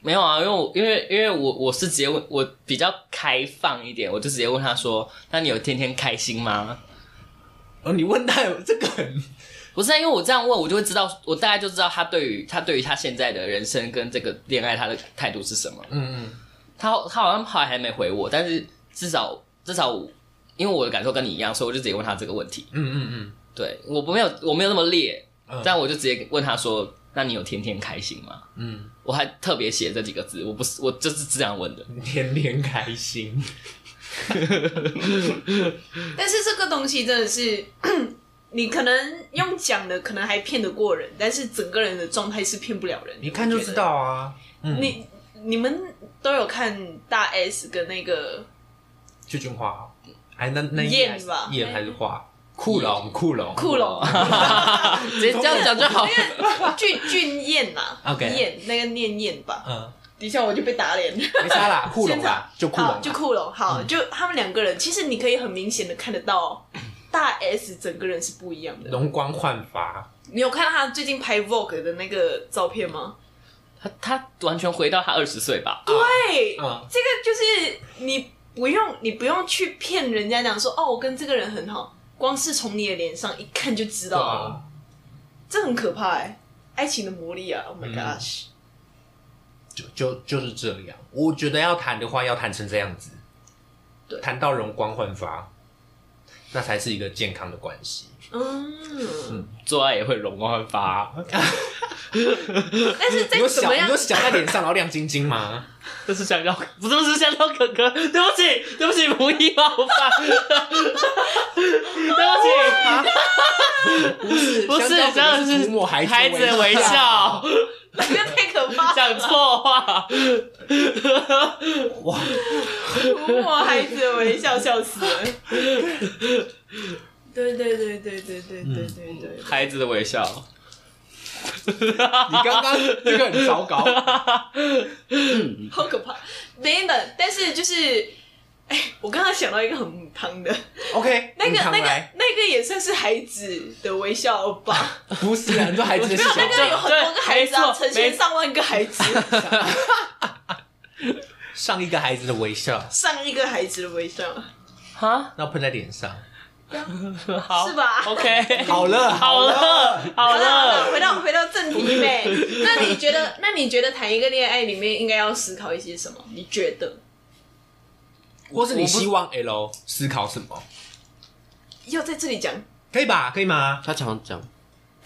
没有啊，因为我因为因为我我是直接问我比较开放一点，我就直接问他说：“那你有天天开心吗
哦，你问他有这个很？”
不是啊，因为我这样问，我就会知道，我大概就知道他对于他对于他现在的人生跟这个恋爱他的态度是什么。
嗯嗯，
他他好像后来还没回我，但是至少至少我，因为我的感受跟你一样，所以我就直接问他这个问题。
嗯嗯 <laughs> 嗯
对我不没有我没有那么烈，
嗯
但我就直接问他说：“那你有天天开心吗？”
嗯，
我还特别写这几个字，我不是我就是这样问的。
天天开心。
但是这个东西真的是， <clears throat> 你可能用讲的可能还骗得过人，但是整个人的状态是骗不了人的。
你看就知道啊。
我觉
嗯
得。，你你们都有看大 S 跟那个
去军花哦，哎，那那
燕
还是
吧
燕还是花？库龙，库龙，
库龙
哦
直接这样讲就好。
<laughs> 俊俊彦呐、
<laughs> OK
彦那个念彦吧，
嗯，
底下我就被打脸。
没杀啦，
<laughs>
库龙啦，就库龙
好，
啦，
啊
嗯
就库龙。好，就他们两个人，其实你可以很明显的看得到，大 S 整个人是不一样的。
容光焕发，
你有看到他最近拍 Vogue 的那个照片吗？
他他完全回到他二十岁
啊
吧，
对，
嗯，
这个就是你不用你不用去骗人家讲说哦，我跟这个人很好，光是从你的脸上一看就知道
对
了，
啊，
这很可怕哎、爱情的魔力啊！Oh my
嗯
gosh！、
就就就是这样。我觉得要谈的话，要谈成这样子，
对
谈到容光焕发。那才是一个健康的关系。
<laughs> 嗯，
做爱也会容光焕发，
但是
你
在
有
怎
小，
么
你
样
有？小在脸上，然后亮晶晶
<laughs>
吗？
这是香蕉，不是不是香蕉哥哥，对不起，对不起，不意冒犯，对不
香蕉
起，不是，
可能
真
是
的
涂抹孩
是
子
孩子的微
微
笑
笑，
不要太可怕了，
讲错话，
涂抹孩子的微笑，笑死了。 <laughs> 对对对对对对对对对，
孩子的微笑，
你刚刚这个很糟糕，
好可怕！没有，但是就是，哎、我刚刚想到一个很母汤的，
OK，
那个
你常
那个
来
那个也算是孩子的微笑
<laughs>
吧。
不是啊，你说孩子的事情，
那个有很多个孩子啊，成
对没错
千上万个孩子，
上一个孩子的微笑，
<laughs> 上一个孩子的微
<laughs>
笑，
哈，
然后喷在脸上，
好，
是吧
？OK，
好了，
好了，好
好了好了，
了，
回到回到正题
<laughs>
呗。那你觉得，那你觉得谈一个恋爱里面应该要思考一些什么？你觉得
或是
我
你
不
希望 L 思考什么？
要在这里讲？
可以吧？可以吗？
他常讲，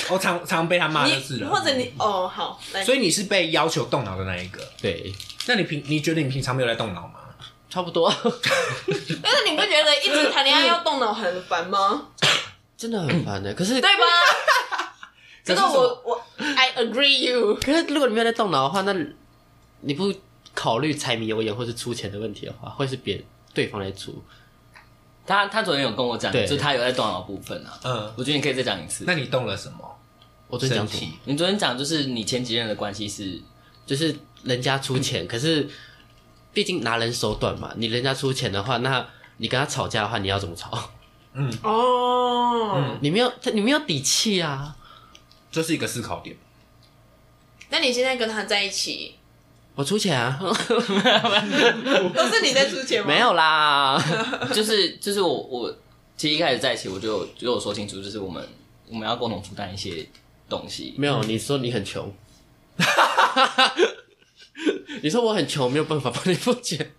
我哦常常被他骂就是
你
了。
或者你哦好，来
所以你是被要求动脑的那一个。
对，
那你平你觉得你平常没有在动脑吗？
差不 <laughs> 多，
但是你不觉得一 <laughs> 直谈恋爱要动脑很烦吗？
真的很烦的。欸可是
<laughs> 对，吧？这
<laughs>
个
可是什么
我我 I agree you。
可是如果你没有在动脑的话，那你不考虑柴米油盐或是出钱的问题的话，会是别对方来出。
他他昨天有跟我讲，
对
就是他有在动脑部分啊，
嗯，
我觉得你可以再讲一次
那。你动了什么？
我最
身
讲什么
体
你昨天讲就是你前几任的关系是
就是人家出钱，可是毕竟拿人手短嘛，你人家出钱的话，那你跟他吵架的话，你要怎么吵？
哦，
嗯
你没有，你没有底气啊！
这是一个思考点。
那你现在跟他在一起，
我出钱啊，
都是你在出钱吗？
没，有啦，
就是就是我我其实一开始在一起我就有就有说清楚，就是我们我们要共同负担一些东西。
没有。你说你很穷， <laughs> 你说我很穷，没有办法帮你付钱。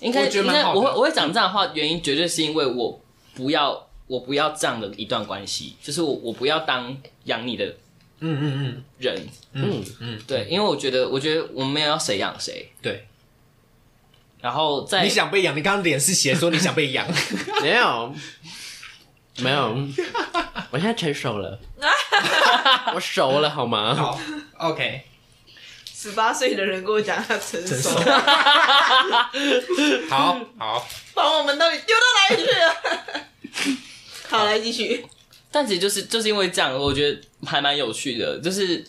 应该
我觉
应
得蛮
该
好的
我会我会讲这样的话，原因绝对是因为我不要我不要这样的一段关系，就是我我不要当养你的
嗯嗯
人，
嗯，
嗯嗯，
对，因为我觉得我觉得我们没有要谁养谁，
对。
然后在
你想被养，你刚刚脸是写说你想被养，
<laughs> 没有，没有， <laughs> 我现在成熟了，我熟了好吗？
好，OK，
十八岁的人跟我讲他成
成
熟
熟， <laughs> 好好，
把我们到底丢到哪里去了？
<laughs>
好，来继续。
但其实就是就是因为这样，我觉得还蛮有趣的，就是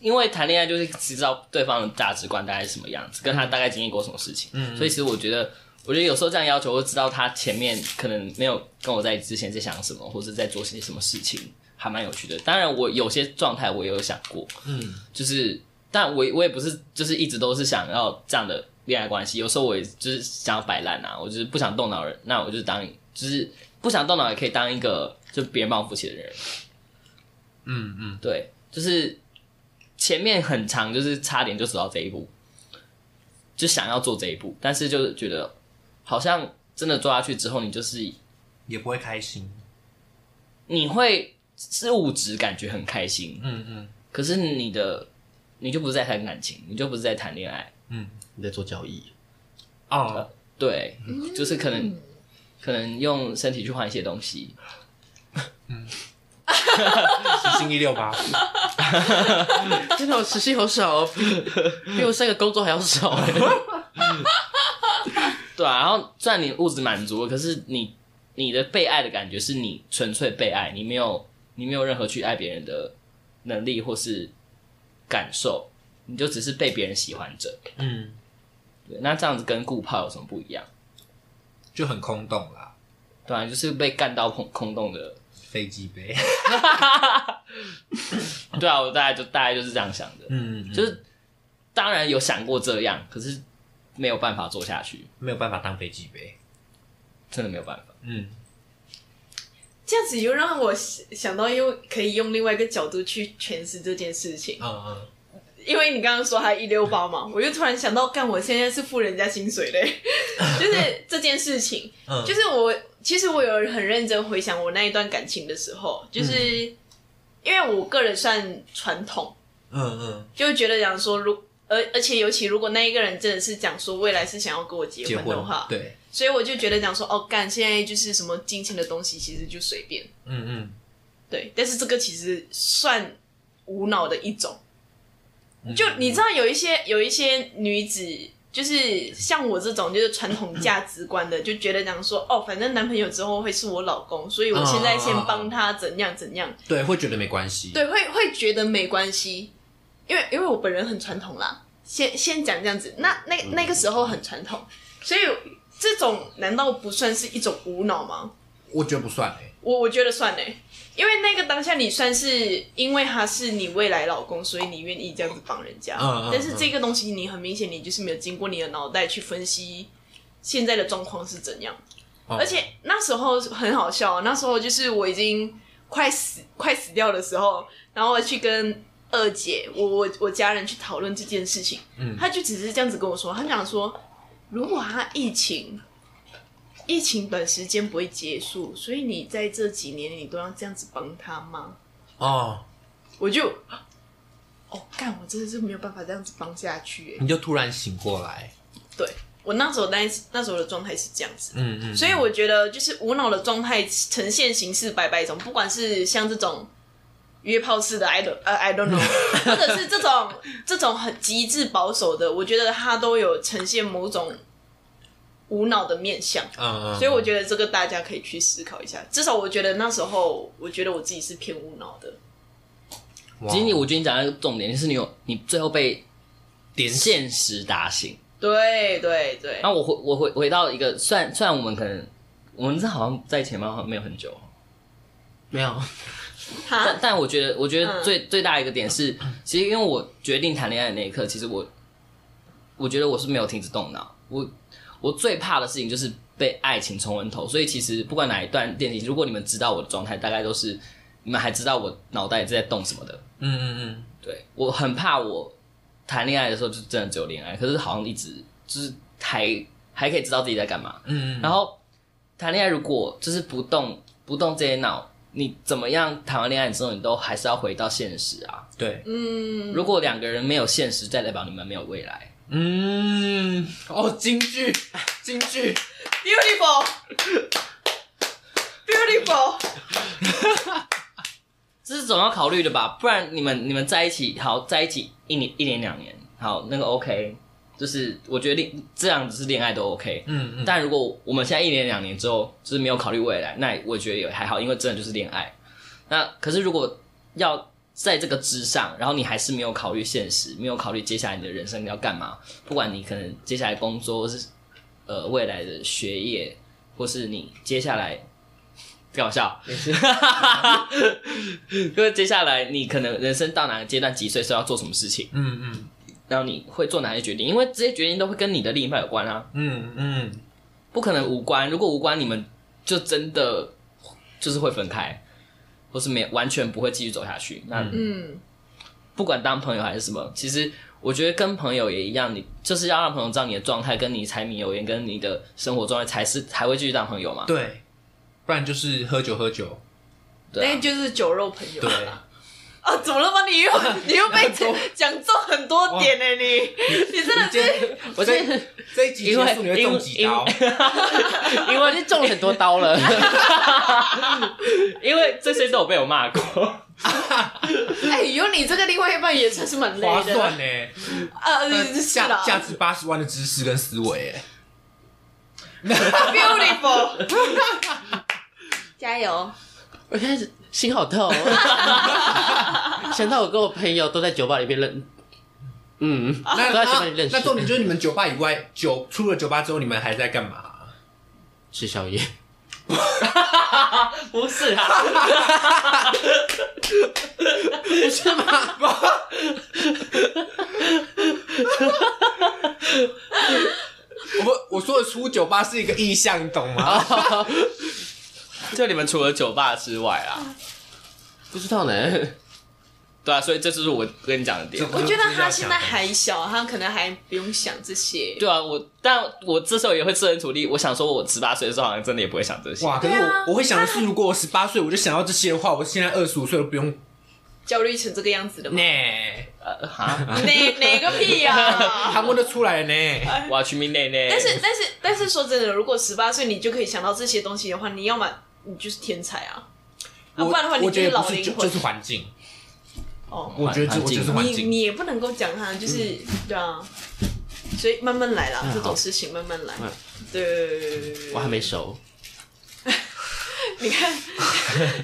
因为谈恋爱就是知道对方的价值观大概是什么样子，跟他大概经历过什么事情，
嗯嗯
所以其实我觉得，我觉得有时候这样要求，我知道他前面可能没有跟我在一起之前在想什么，或者在做些什么事情，还蛮有趣的。当然，我有些状态我也有想过，
嗯，
就是但我我也不是就是一直都是想要这样的恋爱关系，有时候我也就是想要摆烂啊，我就是不想动脑人，那我就当就是不想动脑也可以当一个就别人帮我付钱的人，
嗯嗯，
对，就是前面很长，就是差点就走到这一步，就想要做这一步，但是就是觉得好像真的做下去之后，你就是
也不会开心，
你会是物质感觉很开心，
嗯嗯
可是你的你就不是在谈感情，你就不是在谈恋爱。
嗯，
你在做交易，
哦，
对，就是可能可能用身体去换一些东西，
是星期六吧， <laughs>
真的我时薪好少、哦，比比我上个工作还要少、
对啊。然后虽然你物质满足了，可是你你的被爱的感觉是你纯粹被爱，你没有你没有任何去爱别人的能力或是感受，你就只是被别人喜欢着。
嗯，
对，那这样子跟顾炮有什么不一样？
就很空洞啦，
对啊，就是被干到空空洞的。
飞机杯，
对啊，我大概就大概就是这样想的，
嗯，就
就
是
是当然有想过这样，可是没有办法做下去，
没有办法当飞机杯，
真的没有办法。
嗯，
这样子又让我想想到用可以用另外一个角度去诠释这件事情，
嗯嗯，
因为你刚刚说他一六
<laughs>
八嘛，我就突然想到，干我现在是付人家薪水的， <laughs> 就是这件事情，
嗯
就是我其实我有很认真回想我那一段感情的时候，就是、因为我个人算传统，
嗯嗯，
就觉得讲说如。而而且尤其如果那一个人真的是讲说未来是想要跟我结
结
婚的
婚
话，
对，
所以我就觉得讲说哦，干现在就是什么金钱的东西其实就随便，
嗯嗯，
对，但是这个其实算无脑的一种。
嗯
就你知道有一些有一些女子，就是像我这种就是传统价值观的，就觉得讲说哦，反正男朋友之后会是我老公，所以我现在先帮他怎样怎样，
对，会觉得没关系，
对，会会觉得没关系，因为因为我本人很传统啦。先先讲这样子，那那那个时候很传统，所以这种难道不算是一种无脑吗？
我觉得不算哎、
我我觉得算嘞，因为那个当下你算是因为他是你未来老公，所以你愿意这样子帮人家。
嗯嗯
但是这个东西你很明显你就是没有经过你的脑袋去分析现在的状况是怎样。
哦
而且那时候很好笑，那时候就是我已经快死快死掉的时候，然后我去跟二姐，我我我家人去讨论这件事情，
嗯
他就只是这样子跟我说，他讲说，如果他疫情疫情短时间不会结束，所以你在这几年你都要这样子帮他吗？
哦，
我就，哦，干，我真的是没有办法这样子帮下去、欸。
你就突然醒过来，
对我那时候那那时候的状态是这样子，
嗯嗯，
所以我觉得就是无脑的状态呈现形式百百种，不管是像这种约炮式的 I don't 呃 I don't know，或者是这种这种很极致保守的，我觉得它都有呈现某种无脑的面相。
嗯嗯，
所以我觉得这个大家可以去思考一下，至少我觉得那时候，我觉得我自己是偏无脑的。
得
其实你，我觉得你讲到一个重点，就是你有你最后被
点
现实打醒。
对对对
然，后我回我回回到一个，虽然虽然我们可能我们这好像在一起吗？好像没有很久，
没有，
哈
但，但我觉得我觉得
嗯
最、最大一个点是，其实因为我决定谈恋爱的那一刻，其实我我觉得我是没有停止动脑。我我最怕的事情就是被爱情冲昏头，所以其实不管哪一段恋情，如果你们知道我的状态，大概都是你们还知道我脑袋在动什么的。
嗯嗯
对我很怕我谈恋爱的时候就真的只有恋爱，可是好像一直就是还还可以知道自己在干嘛。
嗯嗯，
然后谈恋爱如果就是不动不动这些脑，你怎么样谈完恋爱之后，你都还是要回到现实啊。
对，
嗯，
如果两个人没有现实，再代表你们没有未来。
嗯，哦，京剧，京剧，
<laughs> beautiful，beautiful，
这是总要考虑的吧？不然你们你们在一起好在一起一年一年两年好那个 OK，就是我觉得恋这样子是恋爱都 OK。
嗯嗯，
但如果我们现在一年两年之后就是没有考虑未来，那我觉得也还好，因为真的就是恋爱。那可是如果要在这个之上，然后你还是没有考虑现实，没有考虑接下来你的人生要干嘛，不管你可能接下来工作或是呃未来的学业，或是你接下来。 <laughs> 搞笑， <laughs> 因为接下来你可能人生到哪个阶段，几岁时候要做什么事情，
嗯嗯
然后你会做哪些决定，因为这些决定都会跟你的另一半有关啊。
嗯嗯，
不可能无关。如果无关，你们就真的就是会分开，或是没完全不会继续走下去。那
嗯，
不管当朋友还是什么，其实我觉得跟朋友也一样，你就是要让朋友知道你的状态，跟你柴米油盐，跟你的生活状态，才是才会继续当朋友嘛。
对，不然就是喝酒喝酒，
对啊
那就是酒肉朋友 <laughs>
对，
啊，怎么了吗？你又你又被
多
讲中很多点呢、你你真的是
我这这一集
因为
结束你会中几刀，
因为中了很多刀了，
因为这些都有被我骂过。
哎，有你这个另外一半也算是蛮累
划
的，
算欸呃呢，
啊，是
价价
<laughs> 啦
值八十万的知识跟思维，哎，
，beautiful，加油，
我现在是心好痛，想到我跟我朋友都在酒吧里面认，嗯，
那
都在酒吧
那
里认识
那重点就是你们酒吧以外，酒出了酒吧之后，你们还在干嘛？
吃宵夜，
不是啊，
<laughs> 我我说的出酒吧是一个意向，你懂吗？
就你们除了酒吧之外啊，
不知道呢，
对啊，所以这就是我跟你讲的点。
这
我觉得他现在还小，他可能还不用想这些。
对啊，我但我这时候也会设身处地，我想说，我十八岁的时候好像真的也不会想这
<laughs>
些。
哇，可是我、
对啊
我会想的是，如果我十八岁我就想要这些的话，我现在二十五岁都不用。
焦虑成这个样子的吗？
呢，
呃哈，
哪哪个屁呀、
他们都出来了
<laughs>
呢。
啊
我要去蜜内内。
但是但是但是说真的，如果十八岁你就可以想到这些东西的话，你要么你就是天才啊，
我
啊不然的话你
我
就
觉得
老
不是
灵
就
魂
就是环境，
哦。
我觉得这
环
我
境
就是环
你
境。
你也不能够讲他，就是、对啊，所以慢慢来啦，这种事情慢慢来
嗯。
对，
我还没熟，
你看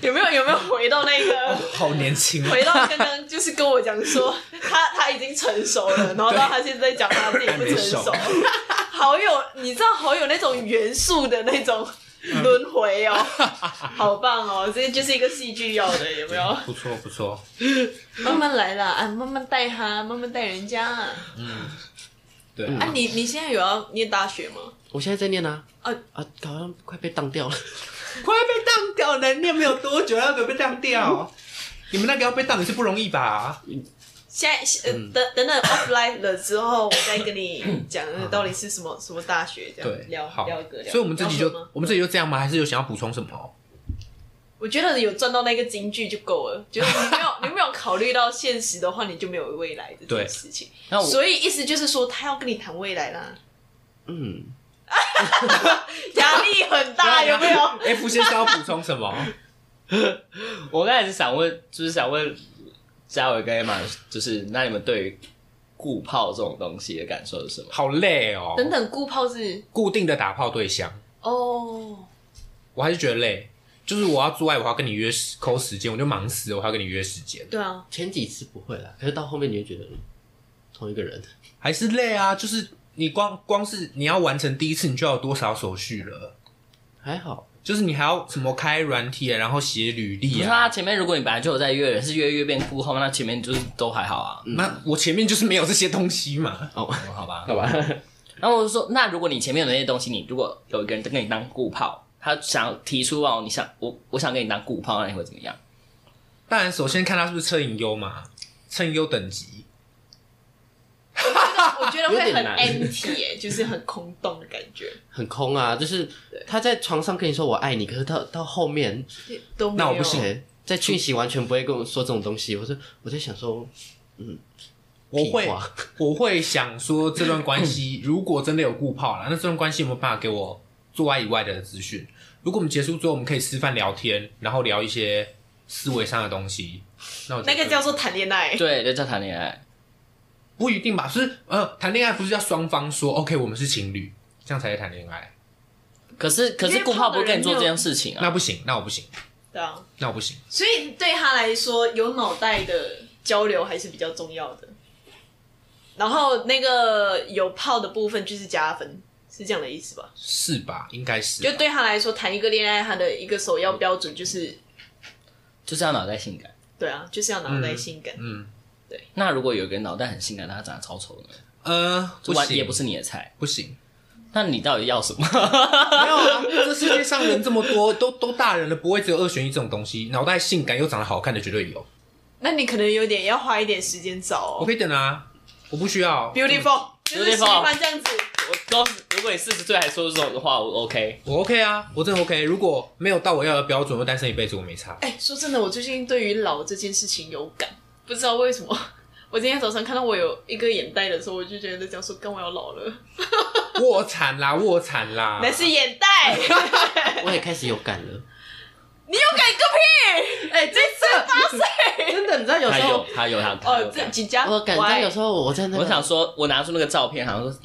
有没有有没有回到那个
<laughs> 好年轻啊，
回到刚刚就是跟我讲说， <laughs> 他他已经成熟了，然后到他现在讲他自己不成熟，好有你知道好有那种元素的那种
嗯
轮回
<laughs>
哦，好棒哦，这就是一个戏剧要的，有没有？
不错不错。嗯
慢慢来啦，啊，慢慢带他，慢慢带人家啊。
对，
啊你你现在有要念大学吗？
我现在在念啊
啊
啊，好像快被当掉了。
快被当掉了，念没有多久，要被当掉。你们那个要被当也是不容易吧？
现在呃
嗯
等等等 offline 了之后，我再跟你讲那个到底是什么什么大学这样
对，
聊
好
聊一个聊。
所以我们这集就
聊什么
我们这集就这样吗？还是有想要补充什么？
我觉得有赚到那个金句就够了，就是你没有你没有考虑到现实的话，你就没有未来这
对
件事情。
那我
所以意思就是说，他要跟你谈未来啦，
嗯，
<laughs> 压力很大，啊有没有？
<laughs> ？F 先生要补充什么？ <laughs>
我刚才是想问，就是想问嘉伟跟 Emma，就是那你们对于固炮这种东西的感受是什么？
好累哦，
等等，顾炮是
固定的打炮对象，
哦，
我还是觉得累。就是我要做爱，我要跟你约时抠时间，我就忙死了，我还要跟你约时间，
对啊，
前几次不会啦，可是到后面你会觉得嗯同一个人，
还是累啊！就是你光光是你要完成第一次，你就要有多少手续了？
还好，
就是你还要什么开软体啊，然后写履
你
历
说
啊。
他前面如果你本来就有在约人，是约约变固后，那前面就是都还好啊。
那我前面就是没有这些东西嘛。
哦，
嗯好吧，
好吧，
然后我就说， <laughs> 那如果你前面有那些东西，你如果有一个人跟你当固炮，他想要提出哦，你想我我想跟你当固炮，那你会怎么样？
当然，首先看他是不是车影优嘛，车影优等级。
我觉得
有
会
点
很
难
empty 哎，就是很空洞的感觉，
很空啊，就是他在床上跟你说我爱你，可是到到后面，
都没有。
那我不信
对，在讯息完全不会跟我说这种东西，我说我在想说，
我
屁
会
话
我会想说，这段关系如果真的有顾泡了，那这段关系有没有办法给我做爱以外的资讯？如果我们结束之后，我们可以吃饭聊天，然后聊一些思维上的东西，那我觉得
那个叫做谈恋爱，
对，就叫谈恋爱。
不一定吧？是呃，谈恋爱不是要双方说 OK，我们是情侣，这样才是谈恋爱？
可是可是
约炮的
顾炮不会跟你
人
做这
没有
件事情啊。
那不行，那我不行，
对啊，
那我不行。
所以对他来说，有脑袋的交流还是比较重要的。然后那个有泡的部分就是加分，是这样的意思吧？
是吧？应该是吧
就对他来说，谈一个恋爱，他的一个首要标准就是，
就是要脑袋性感。
对啊，就是要脑袋性感。
嗯
那如果有一个人脑袋很性感，但他长得超丑呢，
呃，
就
不
完
行，
也不是你的菜。
不行，
那你到底要什么？
没有啊！这世界上人这么多，都都大人了，不会只有二选一这种东西。脑袋性感又长得好看的绝对有。
那你可能有点要花一点时间找
我
哦。
可以嗯等啊，我不需要
Beautiful，就是喜
Beautiful
欢这样子。
我告诉，如果你四十岁还说这种的话，我 OK。
我 OK 啊，我真的 OK。如果没有到我要的标准，我单身一辈子我没差。
哎、说真的，我最近对于老这件事情有感，不知道为什么。 <laughs> 我今天早上看到我有一个眼袋的时候，我就觉得在讲说，跟我要老了，
卧蚕啦，卧蚕啦，
那是眼袋。
我也开始有感了。
你有改个屁！哎、这次八 <laughs> 岁
真的，你知道有
他
时
有
候，
他有他他有
哦，这
感。
几家
我感觉有时候我在那个，
我想说，我拿出那个照片，好像说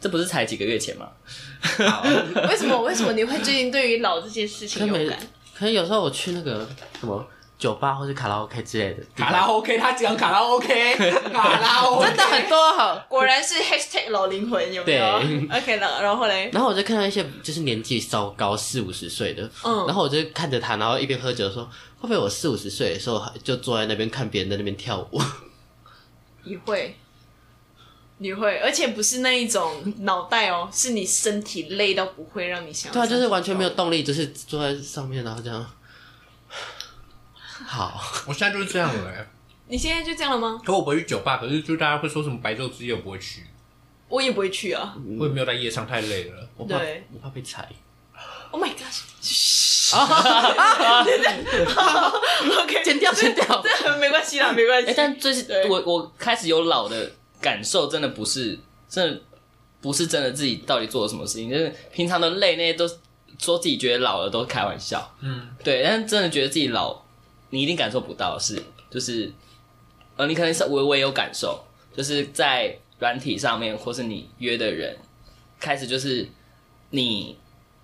这不是才几个月前吗？
<laughs> Why？为什么为什么你会最近对于老这件事情
可
有
没
感？，
可是有时候我去那个什么酒吧或是卡拉 OK 之类的地方，
卡拉 OK，他讲卡拉 OK，卡拉 OK，
真的很多哈。
果然是 hashtag 老灵魂有没有
对
？OK 了，然后嘞，
然后我就看到一些就是年纪稍高四五十岁的，
嗯
然后我就看着他，然后一边喝酒说，会不会我四五十岁的时候就坐在那边看别人在那边跳
<laughs>
舞？
你会，你会，而且不是那一种脑袋哦，是你身体累到不会让你想。
对啊，就是完全
哦
没有。动力，就是坐在上面，然后这样。好，
我现在就是这样了、欸。
你现在就这样了吗？
可我不会去酒吧，可是就大家会说什么白昼之夜，我不会去，
我也不会去啊。
我也没有在夜上太累了。
我怕
对
我怕被踩。
<laughs> Oh my <laughs> god！OK，
剪掉
<laughs>
剪掉
这没关系啦，没关
哎、
系。
但最近
对
我我开始有老的感受，真的不是，真的不是真的自己到底做了什么事情，就是平常的累那些都说自己觉得老了都开玩笑，
嗯，
对，但是真的觉得自己老，你一定感受不到的是，就是呃，你可能是微微有感受，就是在软体上面或是你约的人，开始就是你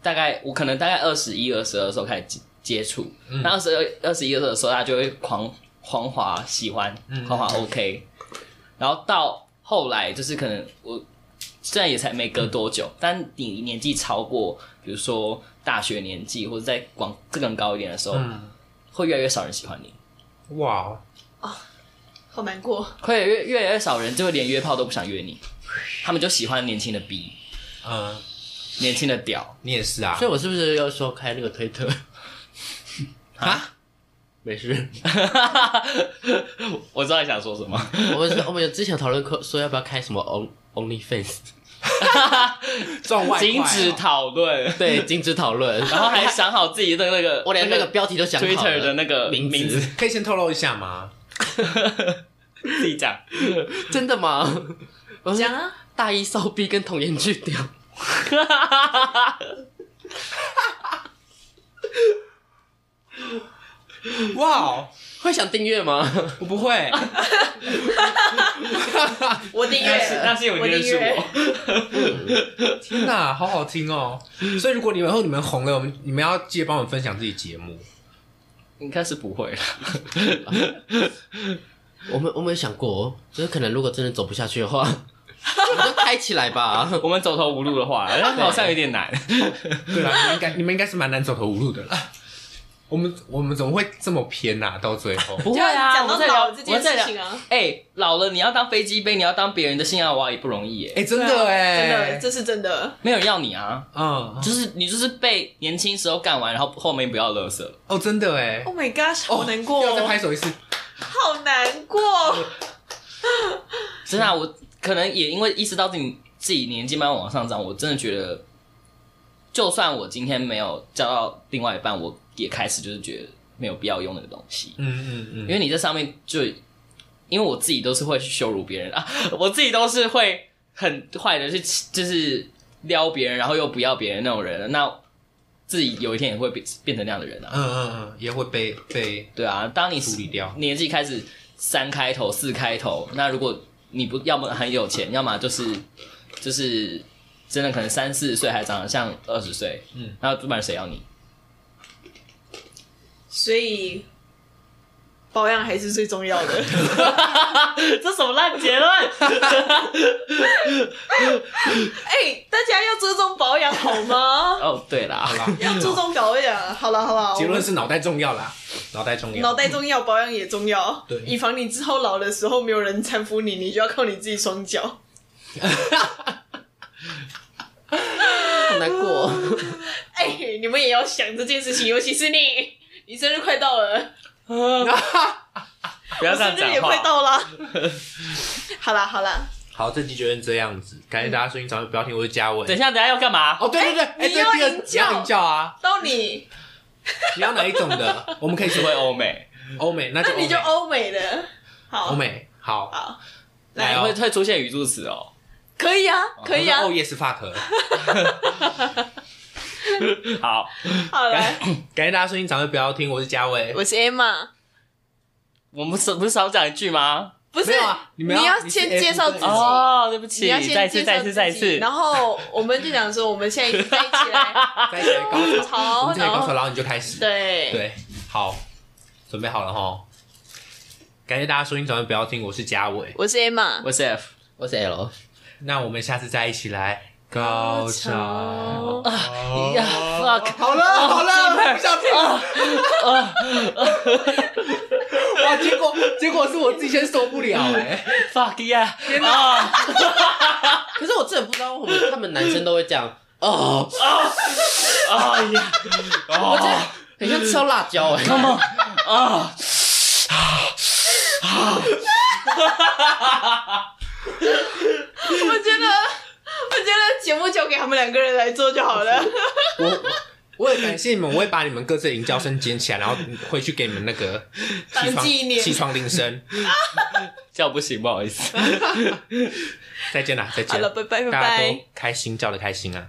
大概我可能大概二十一、二十二的时候开始接接触，那二十二、二十一、二十二的时候，大家就会狂狂滑喜欢，狂滑 OK，、然后到后来就是可能我虽然也才没隔多久，但你年纪超过，比如说大学年纪或者再往更高一点的时候，
嗯
会越来越少人喜欢你，
哇，哦
好难过。
会越越来越少人，就会连约炮都不想约 <laughs> 你，他们就喜欢年轻的逼，
嗯，
年轻的屌， <laughs>
你也是啊
所以，我是不是要说开那个推特？
啊，
没
<laughs>
事，
我知道你想说什么，
我们是我们有之前有讨论过，说要不要开什么 On Only Fans，
赚外快哦
禁止讨 <laughs> 论，
对，禁止讨论。
然后还想好自己的 <laughs> 那个，
我连那个标题都想好了
Twitter 的那个
名
名
字
字，
可以先透露一下吗？
自己 <laughs> 讲。
<laughs> 真的吗？
<laughs>
我
讲啊，
大一骚逼跟童颜巨屌，
哇哦，
会想订阅吗？
我不会，
我订阅
那是
了，
那是有
啊我
你认
订
识
阅。
我，
天哪，好好听哦！所以如果你们以后你们红了，我们你们要记得帮我们分享自己节目。
应该是不会了。
我们我们有想过，哦就是可能如果真的走不下去的话，我们就开起来吧。
我们走投无路
<laughs>
的话，那好像有点难。
啊
对啦，你们应该你们应该是蛮难走投无路的啦。我们我们怎么会这么偏呐、到最
<laughs>
后，
不啊
讲
我
到
们在聊，
老
我
这
们
件
在
事
聊。
情啊，
哎，老了你要当飞机杯，你要当别人的性爱娃也不容易
哎、
耶，
真的哎、
啊真的，这是真的。
没有人要你啊。
嗯，
就是你就是被年轻时候干完，然后后面不要乐色。
哦，真的哎、
Oh my god，好难过
要再
哦，
拍手一次，
好难过。哦
真的啊、我可能也因为意识到自己自己年纪慢慢往上涨，我真的觉得，就算我今天没有交到另外一半，我也开始就是觉得没有必要用那个东西。
嗯嗯
因
嗯，
为你在上面就，因为我自己都是会去羞辱别人啊， <laughs> 我自己都是会很坏的去就是撩别人，然后又不要别人那种人，那自己有一天也会变变成那样的人啊。
嗯嗯嗯，也会被被
对啊，当你
处理掉
年纪开始三开头、四开头，那如果你不要么很有钱，要么就是就是真的可能三四十岁还长得像二十岁，
嗯
嗯，那不然谁要你？
所以保养还是最重要的。
<laughs> 这什么烂结
<laughs>
论？
哎、大家要注重保养好
<laughs>
吗？
哦，对啦，
好啦。
要注重保养。好了好了，
结
我
论
们
是脑袋重要啦，脑袋重要，
脑袋重要，保养也重要。
对
以防你之后老的时候没有人搀扶你，你就要靠你自己双脚。
好难过。
哎、你们也要想这件事情，尤其是你，你生日快到了，
不要
我
<laughs> 这样
生
讲
日也
话
快。到啦。好啦好啦，
<laughs> 好，这集就先这样子，感谢大家收听早上不要听我是嘉文
等。一下，等一下要干嘛？
哦，对对对，哎，
你
这
要
第二
营
你要
教
营教啊，
到你，
你要哪一种
<laughs>
的？我们可以
只
学
会欧美，
欧美，那就
那你就
欧
欧美的，好，
美欧美好，
好，
来
来，
哦
会会出现语助词哦，
可以啊，可以啊
哦，yes fuck。
好，
好来，
感谢大家收听早上不要听我是嘉伟，
我是 Emma。
我们少不是少讲一句吗？
不是
没有啊你们要
要
你是
先
F
介绍
对
自己，
哦，对不
你
起，
要
再
先
一次，
介
再
绍自
一次，
己，
再一次。
然后我们就讲说，我们现在一起在一起来
在一起来高潮，我
潮，
们在一起
然
高潮，
后
然后你就开始。
对，
对，好，准备好了哈。感谢大家收听早上不要听我是嘉伟，
我是 Emma，
我是 F，
我是 L，
那我们下次再一起来高潮。
<laughs>
呀，fuck，
好了好了，我不想听了。哇，结果结果是我自己先受不了哎、
fuck yeah，啊，
欸可是我真的不知道为什么他们男生都会这样哦，
啊呀，
欸我觉得很像吃到辣椒哎、
啊啊
我觉得，我觉得节目交给他们两个人来做就好了。
我我也感谢你们，我会把你们各自的营叫声捡起来，然后回去给你们那个
当
起床
纪念
起床铃声。
叫不行，不好意思。
再见啦，再
好
见
了，，拜拜拜
大家
拜
都。开心，叫的开心啊。